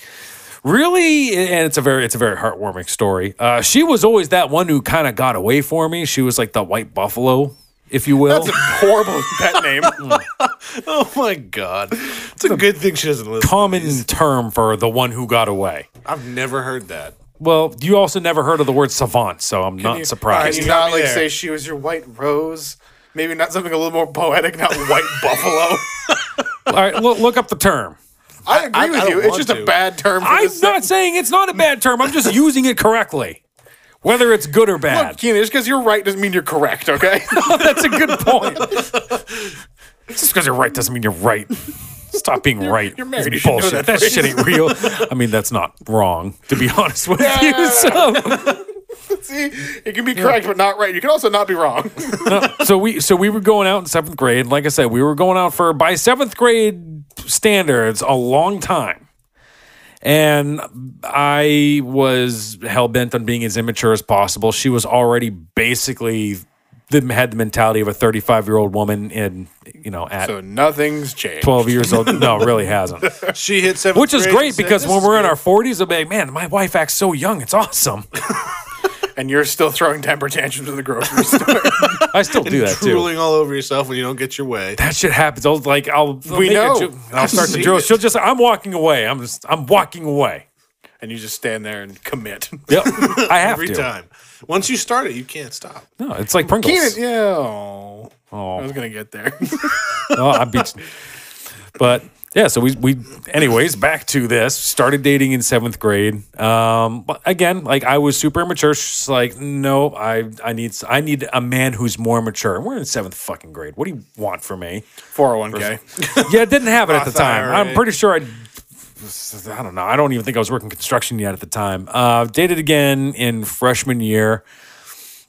[SPEAKER 1] really, and it's a very, it's a very heartwarming story. Uh, she was always that one who kind of got away for me. She was like the white buffalo, if you will.
[SPEAKER 4] Horrible pet name.
[SPEAKER 3] Oh my god! It's a good thing she doesn't listen.
[SPEAKER 1] Common term for the one who got away.
[SPEAKER 3] I've never heard that.
[SPEAKER 1] Well, you also never heard of the word savant, so I'm not surprised.
[SPEAKER 4] Can
[SPEAKER 3] You
[SPEAKER 4] you
[SPEAKER 3] got
[SPEAKER 4] not
[SPEAKER 3] me
[SPEAKER 4] like
[SPEAKER 3] there.
[SPEAKER 4] say she was your white rose? Maybe not something a little more poetic, not white buffalo.
[SPEAKER 1] All right, look, look up the term.
[SPEAKER 4] I agree
[SPEAKER 3] I
[SPEAKER 4] with
[SPEAKER 3] don't
[SPEAKER 4] you. It's
[SPEAKER 3] want
[SPEAKER 4] just
[SPEAKER 3] to.
[SPEAKER 4] a bad term for
[SPEAKER 1] I'm
[SPEAKER 4] this
[SPEAKER 1] not saying it's not a bad term. I'm just using it correctly, whether it's good or bad.
[SPEAKER 4] Look, Keenan, just because you're right doesn't mean you're correct, okay?
[SPEAKER 1] That's a good point. Just because you're right doesn't mean you're right. Stop being right.
[SPEAKER 4] you're married,
[SPEAKER 1] It's
[SPEAKER 4] you should know
[SPEAKER 1] bullshit.
[SPEAKER 4] that
[SPEAKER 1] that shit ain't real. I mean, that's not wrong, to be honest with you. So,
[SPEAKER 4] See, it can be correct but not right. You can also not be wrong.
[SPEAKER 1] so we so we were going out in seventh grade. Like I said, we were going out for by seventh grade standards a long time. And I was hell bent on being as immature as possible. She was already basically the, had the mentality of a 35 year old woman in you know at
[SPEAKER 4] so nothing's changed.
[SPEAKER 1] 12 years old. No, it really hasn't.
[SPEAKER 3] She hit seven,
[SPEAKER 1] Which is great because when we're in our 40s, I'll be like, man, my wife acts so young. It's awesome.
[SPEAKER 4] And you're still throwing temper tantrums in the grocery store.
[SPEAKER 1] I still do that too.
[SPEAKER 3] drooling all over yourself when you don't get your way.
[SPEAKER 1] That shit happens. I'll like, I'll, I'll
[SPEAKER 4] We
[SPEAKER 1] make a
[SPEAKER 4] know.
[SPEAKER 1] joke and I'll start to
[SPEAKER 3] seen
[SPEAKER 1] drill.
[SPEAKER 3] it.
[SPEAKER 1] She'll just, I'm walking away. I'm just, I'm walking away.
[SPEAKER 4] and you just stand there and commit.
[SPEAKER 1] Yep. I have
[SPEAKER 3] Every
[SPEAKER 1] to.
[SPEAKER 3] time. Once you start it, you can't stop.
[SPEAKER 1] No, it's like Pringles.
[SPEAKER 4] Keenan, yeah. aw. I was
[SPEAKER 1] Oh,
[SPEAKER 4] going to get there.
[SPEAKER 1] oh, I beat you. But yeah, so we, we, anyways, back to this. Started dating in seventh grade. Um, but again, like I was super immature. She's like, no, I, I need, I need a man who's more mature. And we're in seventh fucking grade. What do you want from me?
[SPEAKER 4] 401k.
[SPEAKER 1] Yeah, it didn't have it at the
[SPEAKER 3] Roth
[SPEAKER 1] time. I'm
[SPEAKER 3] IRA.
[SPEAKER 1] pretty sure I. I don't know. I don't even think I was working construction yet at the time. Uh, dated again in freshman year.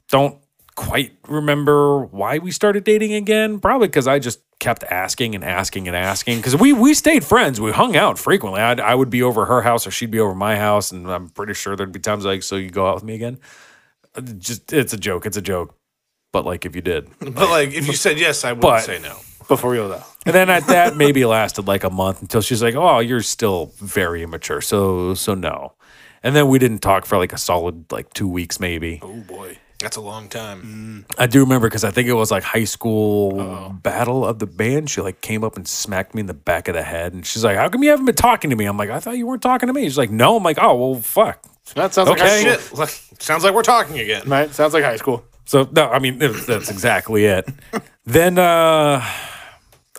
[SPEAKER 1] Don't quite remember why we started dating again. Probably because I just kept asking and asking and asking. Because we we stayed friends. We hung out frequently. I'd, I would be over her house or she'd be over my house, and I'm pretty sure there'd be times like, "So you go out with me again?" Uh, Just it's a joke. It's a joke. But like if you did,
[SPEAKER 3] But like, if you said yes, I wouldn't
[SPEAKER 1] But-
[SPEAKER 3] say no.
[SPEAKER 4] Before you though.
[SPEAKER 1] And then at that maybe lasted like a month until she's like, "Oh, you're still very immature." So so no. And then we didn't talk for like a solid like 2 weeks maybe.
[SPEAKER 3] Oh boy, that's a long
[SPEAKER 1] Mm.
[SPEAKER 3] time.
[SPEAKER 1] I do remember cuz I think it was like high school battle of the band. She like came up and smacked me in the back of the head and she's like, "How come you haven't been talking to me?" I'm like, "I thought you weren't talking to me." She's like, "No." I'm like, "Oh, well, fuck."
[SPEAKER 4] That sounds like high
[SPEAKER 1] Okay.
[SPEAKER 4] school.
[SPEAKER 3] Shit, look, sounds like we're talking again.
[SPEAKER 4] Right? Sounds like high school.
[SPEAKER 1] So no, I mean that's that's exactly it. then uh,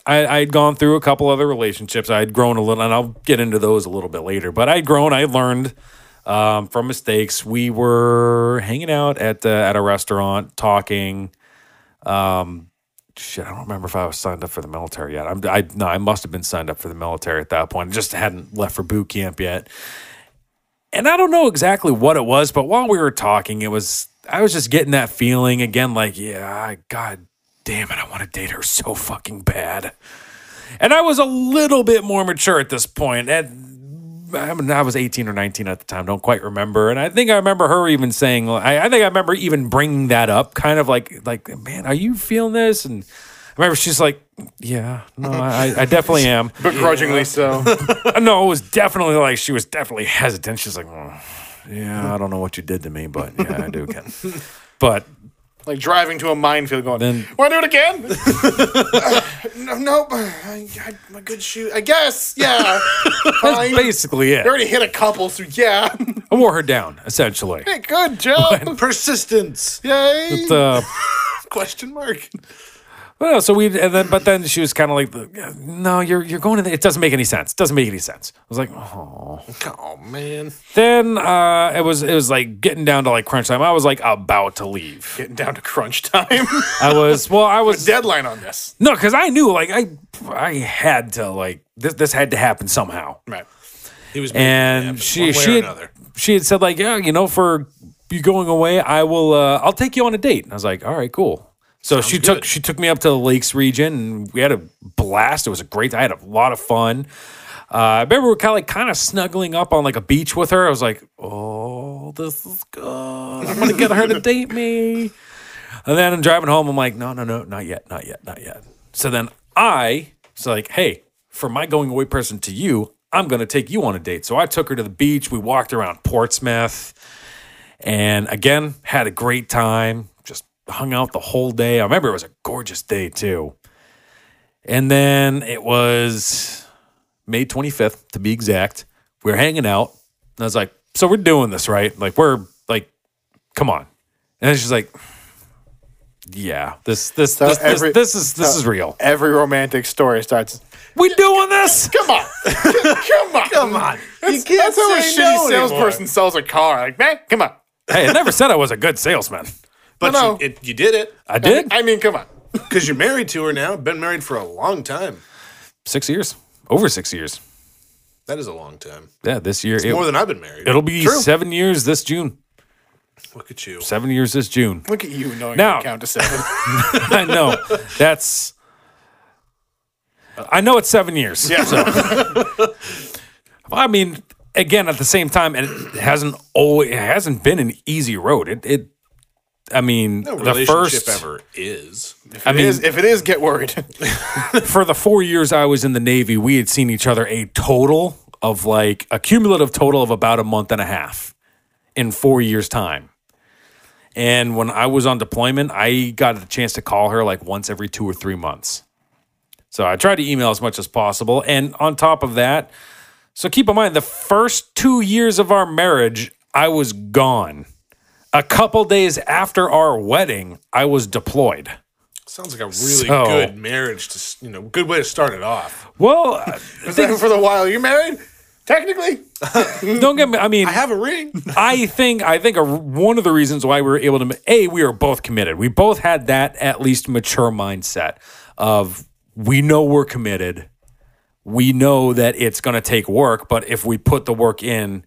[SPEAKER 1] I I'd gone through a couple other relationships. I'd grown a little, and I'll get into those a little bit later. But I'd grown. I learned um, from mistakes. We were hanging out at uh, at a restaurant talking. Um, shit, I don't remember if I was signed up for the military yet. I'm, I no, I must have been signed up for the military at that point. Just hadn't left for boot camp yet and I don't know exactly what it was, but while we were talking, it was I was just getting that feeling again, like, yeah, I- god damn it, I want to date her so fucking bad. And I was a little bit more mature at this point. At I mean, I was 18 or 19 at the time, don't quite remember. And I think I remember her even saying, I, I think I remember even bringing that up, kind of like, like, man, are you feeling this? And I remember she's like, yeah, no, I, I definitely am.
[SPEAKER 4] Begrudgingly so.
[SPEAKER 1] Uh, no, it was definitely like she was definitely hesitant. She's like, "Mm, yeah, I don't know what you did to me, but yeah, I do. Ken." But
[SPEAKER 4] like driving to a minefield going,
[SPEAKER 1] Then-
[SPEAKER 4] want to do it again? no, nope. I, I, my good shoe. I guess. Yeah.
[SPEAKER 1] that's
[SPEAKER 4] Fine. You
[SPEAKER 1] basically it.
[SPEAKER 4] already hit a couple, so yeah.
[SPEAKER 1] I wore her down essentially.
[SPEAKER 4] Hey, good job.
[SPEAKER 3] Persistence?
[SPEAKER 4] Yay.
[SPEAKER 1] But, uh,
[SPEAKER 3] Question mark.
[SPEAKER 1] well, so we and then but then she was kind of like, no, you're you're going to the, it doesn't make any sense. It doesn't make any sense. I was like, oh.
[SPEAKER 3] Oh man,
[SPEAKER 1] Then uh, it was it was like getting down to like crunch time. I was like about to leave.
[SPEAKER 4] Getting down to crunch time.
[SPEAKER 1] I was well, I was
[SPEAKER 4] Deadline on this.
[SPEAKER 1] no, because I knew like I I had to like this this had to happen somehow.
[SPEAKER 4] Right.
[SPEAKER 3] he was making it happen,
[SPEAKER 1] and she
[SPEAKER 3] one way or
[SPEAKER 1] she had,
[SPEAKER 3] another.
[SPEAKER 1] she had said like yeah you know for you going away I will uh, I'll take you on a date and I was like all right cool so she took
[SPEAKER 3] good.
[SPEAKER 1] she took me up to the lakes region and we had a blast it was a great I had a lot of fun uh, I remember we were kind of like kind of snuggling up on like a beach with her I was like oh this is good I'm gonna get her to date me and then I'm driving home I'm like no no no not yet not yet not yet so then I was like hey from my going away person to you I'm gonna take you on a date so I took her to the beach we walked around Portsmouth and again, had a great time, just hung out the whole day. I remember it was a gorgeous day too. And then it was May 25th to be exact. We were hanging out. And I was like, so we're doing this, right? Like, we're like, come on. And then she's like, yeah, this this
[SPEAKER 4] So
[SPEAKER 1] this,
[SPEAKER 4] every-
[SPEAKER 1] this this is this
[SPEAKER 4] so
[SPEAKER 1] is real.
[SPEAKER 4] Every romantic story starts.
[SPEAKER 1] We doing this?
[SPEAKER 4] Come on, come on, come on. That's,
[SPEAKER 3] can't
[SPEAKER 4] that's how a
[SPEAKER 3] say
[SPEAKER 4] shitty
[SPEAKER 3] no anymore.
[SPEAKER 4] salesperson sells a car. Like, man, come on.
[SPEAKER 1] hey, I never said I was a good salesman.
[SPEAKER 3] But
[SPEAKER 4] No, no.
[SPEAKER 3] You, it, you did it
[SPEAKER 1] I did
[SPEAKER 4] I mean, come on.
[SPEAKER 3] because you're married to her now. Been married for a long time.
[SPEAKER 1] six years, over six years.
[SPEAKER 3] That is a long time.
[SPEAKER 1] Yeah, this year
[SPEAKER 3] More
[SPEAKER 1] it,
[SPEAKER 3] than I've been married.
[SPEAKER 1] it'll be seven years this June.
[SPEAKER 3] Look at you.
[SPEAKER 1] Seven years this June.
[SPEAKER 4] Look at you knowing
[SPEAKER 1] Now-
[SPEAKER 4] how to count to seven.
[SPEAKER 1] I know that's. I know it's seven years.
[SPEAKER 4] yeah.
[SPEAKER 1] I mean, again, at the same time, it hasn't always it hasn't been an easy road. It, it I mean,
[SPEAKER 3] No
[SPEAKER 1] the
[SPEAKER 3] relationship
[SPEAKER 1] first
[SPEAKER 3] ever is.
[SPEAKER 1] I
[SPEAKER 4] It
[SPEAKER 1] mean,
[SPEAKER 4] is- if it is, get worried.
[SPEAKER 1] for the four years I was in the Navy, we had seen each other a total of like a cumulative total of about a month and a half in four years' time. And when I was on deployment, I got a chance to call her like once every two or three months. So I tried to email as much as possible. And on top of that, so keep in mind the first two years of our marriage, I was gone. A couple days after our wedding, I was deployed.
[SPEAKER 3] Sounds like a really
[SPEAKER 1] So-
[SPEAKER 3] good marriage to s- you know, good way to start it off.
[SPEAKER 1] Well, uh,
[SPEAKER 4] for the while, you married? Technically,
[SPEAKER 1] don't get me. I mean,
[SPEAKER 3] I have a ring.
[SPEAKER 1] I think I think a, one of the reasons why we were able to a we were both committed. We both had that at least mature mindset of we know we're committed. We know that it's going to take work, but if we put the work in,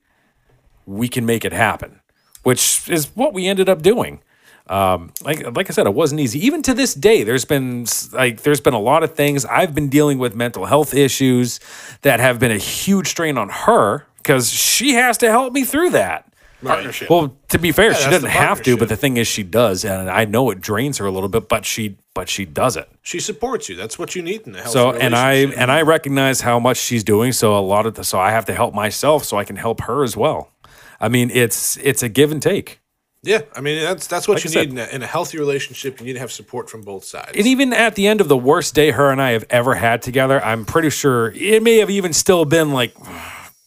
[SPEAKER 1] we can make it happen, which is what we ended up doing. Um, like like I said, it wasn't easy. Even to this day, there's been s- like there's been a lot of things I've been dealing with mental health issues that have been a huge strain on her because she has to help me through that.
[SPEAKER 3] Partnership.
[SPEAKER 1] Well, to be fair, she
[SPEAKER 3] that's
[SPEAKER 1] doesn't
[SPEAKER 3] the
[SPEAKER 1] have to, but
[SPEAKER 3] partnership.
[SPEAKER 1] the thing is, she does, and I know it drains her a little bit, but she but she does it.
[SPEAKER 3] She supports you. That's what you need in a healthy
[SPEAKER 1] So and I
[SPEAKER 3] relationship.
[SPEAKER 1] and I recognize how much she's doing. So a lot of the, so I have to help myself so I can help her as well. I mean, it's it's a give and take.
[SPEAKER 3] yeah, I mean that's that's what
[SPEAKER 1] I
[SPEAKER 3] you
[SPEAKER 1] said-
[SPEAKER 3] need in a, in a healthy relationship. You need to have support from both sides.
[SPEAKER 1] And even at the end of the worst day her and I have ever had together, I'm pretty sure it may have even still been like,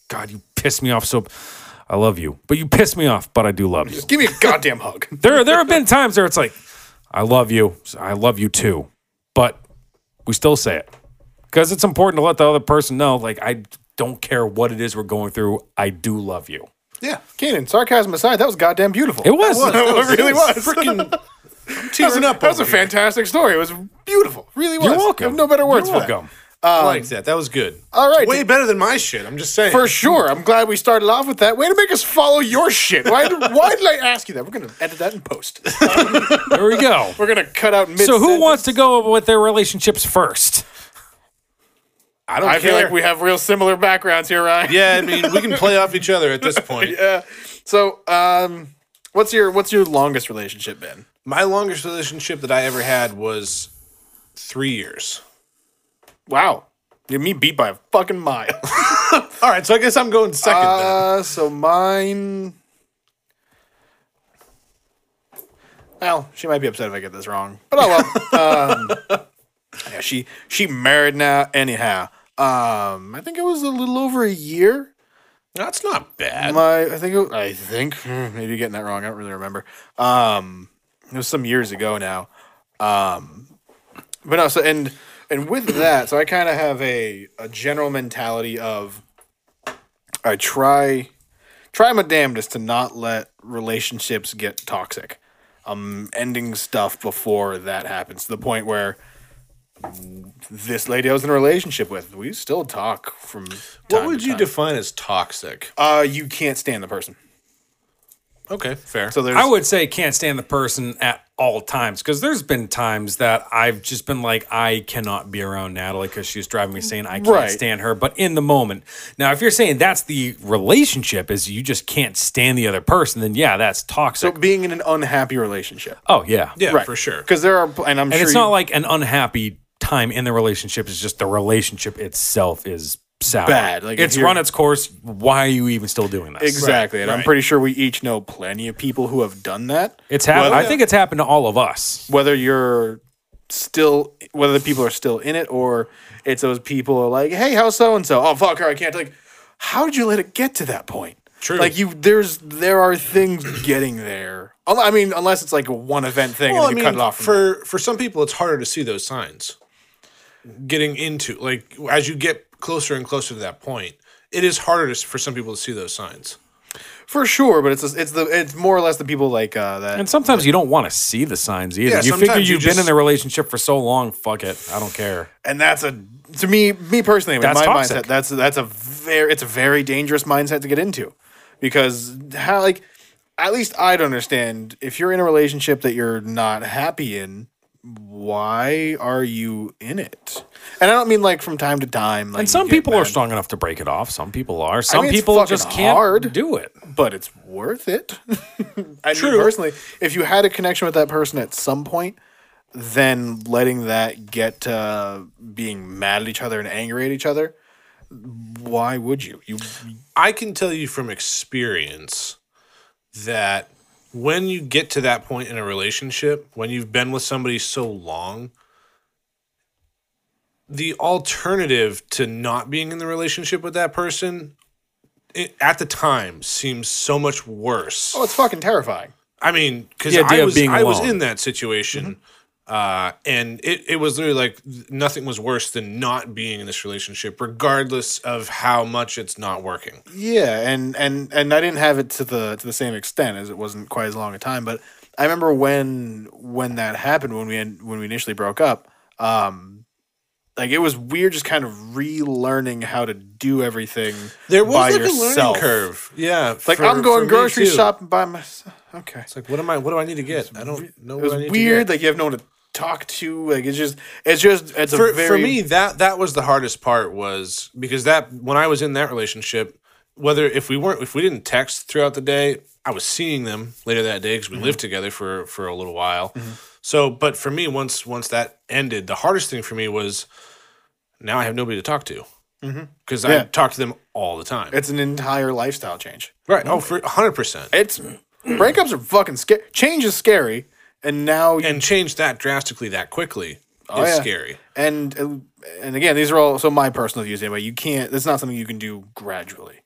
[SPEAKER 1] God, you pissed me off. So I love you, but you pissed me off, but I do love you.
[SPEAKER 4] give me a goddamn hug.
[SPEAKER 1] There, there have been times where it's like, I love you. I love you too. But we still say it because it's important to let the other person know, like, I don't care what it is we're going through. I do love you.
[SPEAKER 3] yeah,
[SPEAKER 4] Keenan, sarcasm aside, that was goddamn beautiful.
[SPEAKER 1] It was.
[SPEAKER 4] it really was.
[SPEAKER 3] Freaking I'm
[SPEAKER 4] That was,
[SPEAKER 3] tearing up.
[SPEAKER 4] that was a
[SPEAKER 3] over here.
[SPEAKER 4] fantastic story. It was beautiful. Really was.
[SPEAKER 1] You're
[SPEAKER 4] I
[SPEAKER 1] welcome.
[SPEAKER 4] have no better words
[SPEAKER 1] You're
[SPEAKER 4] for
[SPEAKER 1] welcome.
[SPEAKER 3] I like that. That was good.
[SPEAKER 4] All right.
[SPEAKER 3] way better than my shit. I'm just saying.
[SPEAKER 4] that. For sure. I'm glad we started off with that. Way to make us follow your shit. Why did, why did I ask you that? We're going to edit that in post.
[SPEAKER 1] There we go.
[SPEAKER 4] We're going to cut out mid
[SPEAKER 1] So who wants to go with their relationships first?
[SPEAKER 3] I don't
[SPEAKER 4] I feel
[SPEAKER 3] care.
[SPEAKER 4] like we have real similar backgrounds here, Ryan.
[SPEAKER 3] Yeah, I mean we can play off each other at this point.
[SPEAKER 4] Yeah. So, um, what's your what's your longest relationship been?
[SPEAKER 3] My longest relationship that I ever had was three years.
[SPEAKER 4] Wow. You me beat by a fucking mile.
[SPEAKER 3] All right, so I guess I'm going second. then.
[SPEAKER 4] Uh, so mine. Well, she might be upset if I get this wrong, but oh well. um, yeah, she she married now. Anyhow, um, I think it was a little over a year.
[SPEAKER 3] That's not bad.
[SPEAKER 4] My, I think it, I think hmm, maybe getting that wrong. I don't really remember. Um, it was some years ago now. Um, but no. So and and with that, so I kind of have a a general mentality of I try try my damnedest to not let relationships get toxic. I'm ending stuff before that happens to the point where this lady I was in a relationship with, we still talk from.
[SPEAKER 3] What
[SPEAKER 4] time
[SPEAKER 3] would
[SPEAKER 4] to
[SPEAKER 3] you
[SPEAKER 4] time.
[SPEAKER 3] define as toxic?
[SPEAKER 4] Uh, you can't stand the person.
[SPEAKER 3] Okay, fair.
[SPEAKER 4] So there's
[SPEAKER 1] I would say can't stand the person at all times because there's been times that I've just been like, I cannot be around Natalie because she's driving me insane. I can't
[SPEAKER 4] Right.
[SPEAKER 1] stand her. But in the moment, now if you're saying that's the relationship is you just can't stand the other person, then yeah, that's
[SPEAKER 4] so
[SPEAKER 1] toxic.
[SPEAKER 4] being in an unhappy relationship.
[SPEAKER 1] oh yeah,
[SPEAKER 3] yeah, for sure.
[SPEAKER 4] Because there are, and I'm
[SPEAKER 1] And
[SPEAKER 4] sure
[SPEAKER 1] it's
[SPEAKER 4] you-
[SPEAKER 1] not like an unhappy time in the relationship. It's just the relationship itself is sour.
[SPEAKER 4] Bad. Like, if
[SPEAKER 1] it's
[SPEAKER 4] you're-
[SPEAKER 1] run its course. Why are you even still doing this?
[SPEAKER 4] exactly, and I'm
[SPEAKER 3] right.
[SPEAKER 4] pretty sure we each know plenty of people who have done that.
[SPEAKER 1] It's happened.
[SPEAKER 3] Well,
[SPEAKER 1] I think it's happened to all of us.
[SPEAKER 4] Whether you're still, whether the people are still in it, or it's those people are like, hey, how's so and so? Oh fuck her, I can't. Like, how did you let it get to that point?
[SPEAKER 3] True.
[SPEAKER 4] Like you, there's there are things getting there Un- I mean, unless it's like a one event thing
[SPEAKER 3] Well, I
[SPEAKER 4] and you cut
[SPEAKER 3] mean,
[SPEAKER 4] it off. From
[SPEAKER 3] for for some people, it's harder to see those signs. Getting into like as you get closer and closer to that point, it is harder to, s- for some people to see those signs.
[SPEAKER 4] for sure, but it's it's the it's more or less the people like uh, that.
[SPEAKER 1] And sometimes you don't want to see the signs either.
[SPEAKER 3] Yeah,
[SPEAKER 1] you figure
[SPEAKER 3] sometimes you
[SPEAKER 1] you've been
[SPEAKER 3] just-
[SPEAKER 1] in the relationship for so long. Fuck it, I don't care.
[SPEAKER 4] and that's a to me me personally in
[SPEAKER 1] That's
[SPEAKER 4] my
[SPEAKER 1] toxic.
[SPEAKER 4] mindset that's that's a very it's a very dangerous mindset to get into because how like at least I'd understand if you're in a relationship that you're not happy in why are you in it and I don't mean like from time to time like
[SPEAKER 1] And
[SPEAKER 4] you
[SPEAKER 1] some
[SPEAKER 4] get
[SPEAKER 1] people are
[SPEAKER 4] mad,
[SPEAKER 1] strong enough to break it off. Some people are. Some
[SPEAKER 4] mean, it's
[SPEAKER 1] people
[SPEAKER 4] fucking
[SPEAKER 1] just can't
[SPEAKER 4] hard.
[SPEAKER 1] do it.
[SPEAKER 4] but it's worth it I mean,
[SPEAKER 3] True.
[SPEAKER 4] personally if you had a connection with that person at some point then letting that get to being mad at each other and angry at each other why would you you
[SPEAKER 3] I can tell you from experience that when you get to that point in a relationship, when you've been with somebody so long, the alternative to not being in the relationship with that person it, at the time seems so much worse.
[SPEAKER 4] Oh, it's fucking terrifying.
[SPEAKER 3] I mean, because
[SPEAKER 1] The idea
[SPEAKER 3] I
[SPEAKER 1] of
[SPEAKER 3] was
[SPEAKER 1] being
[SPEAKER 3] I was
[SPEAKER 1] alone. Mm-hmm.
[SPEAKER 3] in that situation, uh, and it it was literally like th- nothing was worse than not being in this relationship, regardless of how much it's not working.
[SPEAKER 4] Yeah, and and and I didn't have it to the to the same extent as it wasn't quite as long a time, but I remember when when that happened when we had, when we initially broke up, um like it was weird just kind of relearning how to do everything
[SPEAKER 3] There was
[SPEAKER 4] by
[SPEAKER 3] like a
[SPEAKER 4] yourself.
[SPEAKER 3] learning curve. Yeah,
[SPEAKER 4] It's Like
[SPEAKER 3] for-
[SPEAKER 4] I'm
[SPEAKER 3] for
[SPEAKER 4] going
[SPEAKER 3] me
[SPEAKER 4] grocery
[SPEAKER 3] too.
[SPEAKER 4] shopping by myself. Okay.
[SPEAKER 3] It's like what am I? What do I need to get? I don't know.
[SPEAKER 4] It was
[SPEAKER 3] what I need
[SPEAKER 4] weird
[SPEAKER 3] To
[SPEAKER 4] like you have no one to talk to. Like it's just it's just it's
[SPEAKER 3] get. For,
[SPEAKER 4] a very
[SPEAKER 3] for me, that that was the hardest part was because that when I was in that relationship, whether if we weren't if we didn't text throughout the day, I was seeing them later that day because we
[SPEAKER 4] Mm-hmm.
[SPEAKER 3] lived together for for a little while. So, but for me, once once that ended, the hardest thing for me was now I have nobody to talk to because
[SPEAKER 4] Mm-hmm. Yeah.
[SPEAKER 3] I talk to them all the time.
[SPEAKER 4] it's an entire lifestyle change.
[SPEAKER 3] right? Oh, for hundred percent.
[SPEAKER 4] It's breakups are fucking scary. Change is scary, and now you,
[SPEAKER 3] And change that drastically that quickly is
[SPEAKER 4] Oh, yeah.
[SPEAKER 3] scary.
[SPEAKER 4] and and again, these are all so my personal views anyway. You can't. That's not something you can do gradually,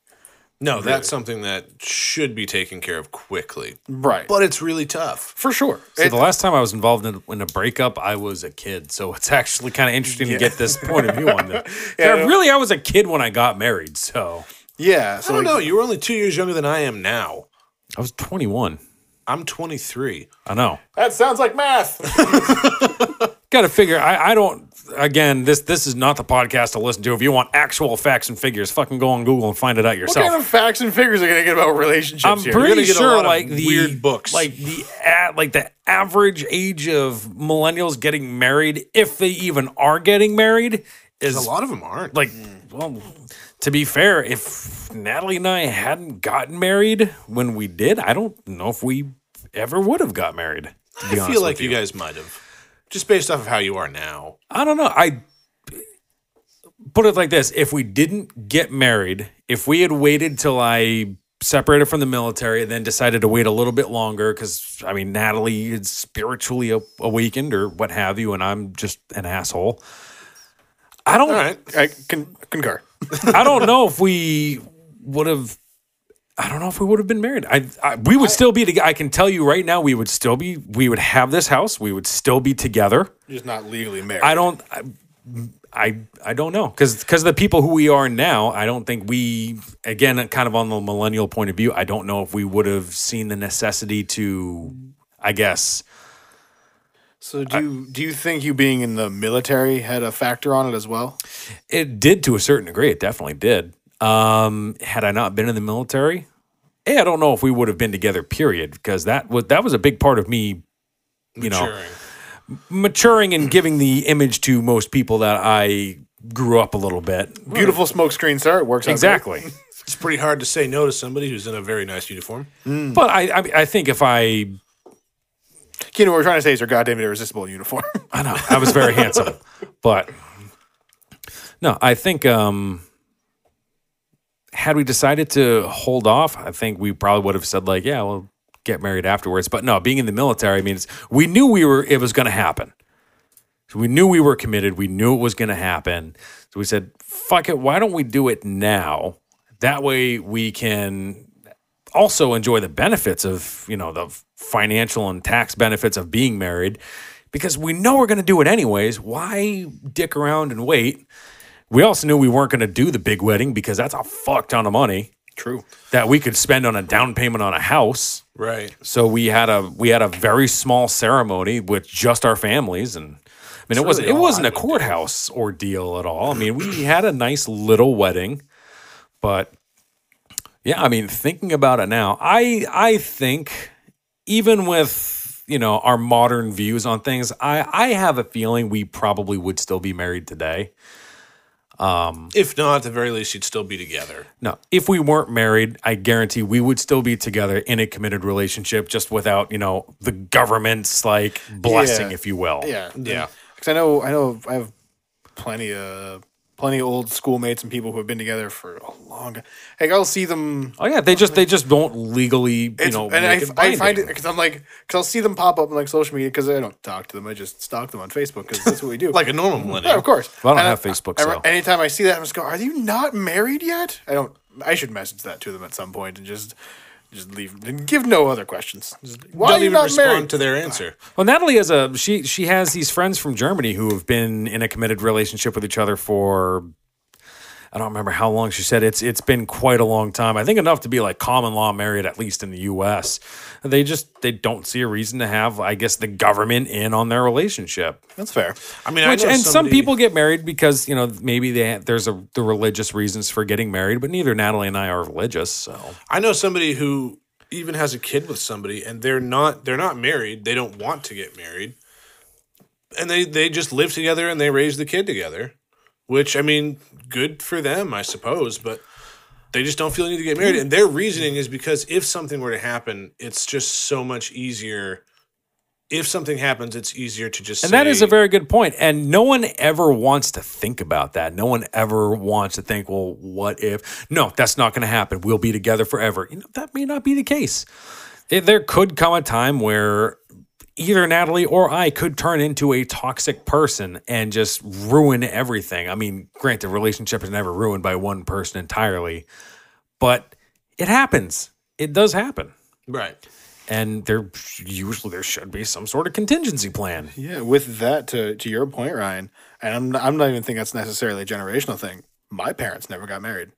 [SPEAKER 3] No, that's something that should be taken care of quickly,
[SPEAKER 4] right? But
[SPEAKER 3] but it's really tough.
[SPEAKER 4] for sure,
[SPEAKER 1] So
[SPEAKER 4] It-
[SPEAKER 1] the last time I was involved in, in a breakup, I was a kid. So it's actually kind of interesting to get this point of view on this. yeah, really, I was a kid when I got married. So
[SPEAKER 4] yeah. So
[SPEAKER 3] I don't
[SPEAKER 4] like,
[SPEAKER 3] know. You were only two years younger than I am now.
[SPEAKER 1] I was 21.
[SPEAKER 3] I'm 23.
[SPEAKER 1] I know.
[SPEAKER 4] that sounds like math.
[SPEAKER 1] Got to figure. I, I don't. Again, this this is not the podcast to listen to. If you want actual facts and figures, fucking go on Google and find it out
[SPEAKER 4] what
[SPEAKER 1] yourself.
[SPEAKER 4] kind of facts and figures are gonna get about relationships
[SPEAKER 1] I'm
[SPEAKER 4] here?
[SPEAKER 1] pretty
[SPEAKER 3] gonna get a
[SPEAKER 1] sure,
[SPEAKER 3] lot of
[SPEAKER 1] like the
[SPEAKER 3] weird books.
[SPEAKER 1] like the a like the average age of millennials getting married, if they even are getting married, is
[SPEAKER 3] A lot of them aren't.
[SPEAKER 1] like well to be fair if natalie and i hadn't gotten married when we did i don't know if we ever would have got married to be
[SPEAKER 3] I
[SPEAKER 1] honest
[SPEAKER 3] feel like
[SPEAKER 1] with
[SPEAKER 3] you guys might have, just based off of how you are now.
[SPEAKER 1] i don't know i put it like this if we didn't get married if we had waited till i separated from the military and then decided to wait a little bit longer because i mean natalie is spiritually a- awakened or what have you and i'm just an asshole i don't
[SPEAKER 3] All right.
[SPEAKER 4] I can concur.
[SPEAKER 1] I don't know if we would have. I don't know if we would have been married. I, I we would still be. toge- I can tell you right now, we would still be. We would have this house. We would still be together.
[SPEAKER 4] Just not legally married.
[SPEAKER 1] I don't. I I, I don't know because because the people who we are now, I don't think we again kind of on the millennial point of view. I don't know if we would have seen the necessity to. I guess
[SPEAKER 4] so do you, do you think you being in the military had a factor on it as well?
[SPEAKER 1] It did to a certain degree. It definitely did. Um, had I not been in the military, eh, I don't know if we would have been together. Period, because that was that was a big part of me, you know,
[SPEAKER 3] Maturing.
[SPEAKER 1] maturing and giving the image to most people that I grew up a little bit.
[SPEAKER 4] Beautiful smokescreen, sir. It works out great.
[SPEAKER 1] Exactly,
[SPEAKER 3] It's pretty hard to say no to somebody who's in a very nice uniform.
[SPEAKER 1] but I, I I think if I
[SPEAKER 4] You know what we're trying to say is you're goddamn irresistible in uniform.
[SPEAKER 1] I know I was very handsome, but no, I think um, had we decided to hold off, I think we probably would have said like, yeah, we'll get married afterwards. But no, being in the military, I mean, it's, we knew we were it was going to happen. So we knew we were committed. We knew it was going to happen. So we said, fuck it, why don't we do it now? That way we can also enjoy the benefits of you know the financial and tax benefits of being married because we know we're going to do it anyways why dick around and wait we also knew we weren't going to do the big wedding because that's a fuck ton of money
[SPEAKER 3] True.
[SPEAKER 1] that we could spend on a down payment on a house
[SPEAKER 3] Right.
[SPEAKER 1] so we had a we had a very small ceremony with just our families and I mean it wasn't
[SPEAKER 3] really
[SPEAKER 1] it
[SPEAKER 3] all
[SPEAKER 1] wasn't
[SPEAKER 3] I
[SPEAKER 1] a courthouse ordeal at all. I mean we had a nice little wedding but yeah, I mean thinking about it now, I I think even with you know our modern views on things, I I have a feeling we probably would still be married today.
[SPEAKER 3] If not, at the very least, you'd still be together.
[SPEAKER 1] No, if we weren't married, I guarantee we would still be together in a committed relationship, just without you know the government's like blessing,
[SPEAKER 4] Yeah.
[SPEAKER 1] if you will.
[SPEAKER 4] Yeah,
[SPEAKER 3] Yeah.
[SPEAKER 4] Because I know, I know, I have plenty of plenty of old schoolmates and people who have been together for a long. Like I'll see them.
[SPEAKER 1] Oh yeah, they just they just don't legally you
[SPEAKER 4] It's,
[SPEAKER 1] know.
[SPEAKER 4] and I,
[SPEAKER 1] make it
[SPEAKER 4] I find Oh, it
[SPEAKER 1] binding.
[SPEAKER 4] because I'm like, because I'll see them pop up on like social media because I don't talk to them. I just stalk them on Facebook because that's what we do.
[SPEAKER 3] Like a normal
[SPEAKER 4] yeah,
[SPEAKER 3] millennial.
[SPEAKER 4] of course.
[SPEAKER 1] Well, I don't
[SPEAKER 4] And
[SPEAKER 1] have Facebook,
[SPEAKER 4] I-
[SPEAKER 1] so.
[SPEAKER 4] anytime I see that, I'm just going, "Are you not married yet?" I don't. I should message that to them at some point and just just leave. Give no other questions. Just, why
[SPEAKER 3] Don't
[SPEAKER 4] are you
[SPEAKER 3] even
[SPEAKER 4] not
[SPEAKER 3] respond
[SPEAKER 4] married?
[SPEAKER 3] to their answer.
[SPEAKER 1] Well, Natalie has a she she has these friends from Germany who have been in a committed relationship with each other for I don't remember how long she said it's it's been quite a long time. I think enough to be like common law married at least in the US. They just they don't see a reason to have I guess the government in on their relationship.
[SPEAKER 4] That's fair.
[SPEAKER 3] I mean,
[SPEAKER 1] Which,
[SPEAKER 3] I know
[SPEAKER 1] and some
[SPEAKER 3] somebody-
[SPEAKER 1] people get married because you know maybe they there's a the religious reasons for getting married, but neither Natalie and I are religious, so
[SPEAKER 3] I know somebody who even has a kid with somebody, and they're not they're not married. They don't want to get married, and they they just live together and they raise the kid together. Which I mean, good for them, I suppose, but they just don't feel the need to get married. And their reasoning is because if something were to happen, it's just so much easier. If something happens, it's easier to just.
[SPEAKER 1] And that is a
[SPEAKER 3] say-
[SPEAKER 1] very good point. And no one ever wants to think about that. No one ever wants to think, well, what if? No, that's not going to happen. We'll be together forever. You know, that may not be the case. It- there could come a time where either Natalie or I could turn into a toxic person and just ruin everything. I mean, granted, relationship is never ruined by one person entirely, but it happens. It does happen.
[SPEAKER 3] right.
[SPEAKER 1] And there usually there should be some sort of contingency plan.
[SPEAKER 4] Yeah, with that to to your point, Ryan, and I'm I'm not even think that's necessarily a generational thing. My parents never got married.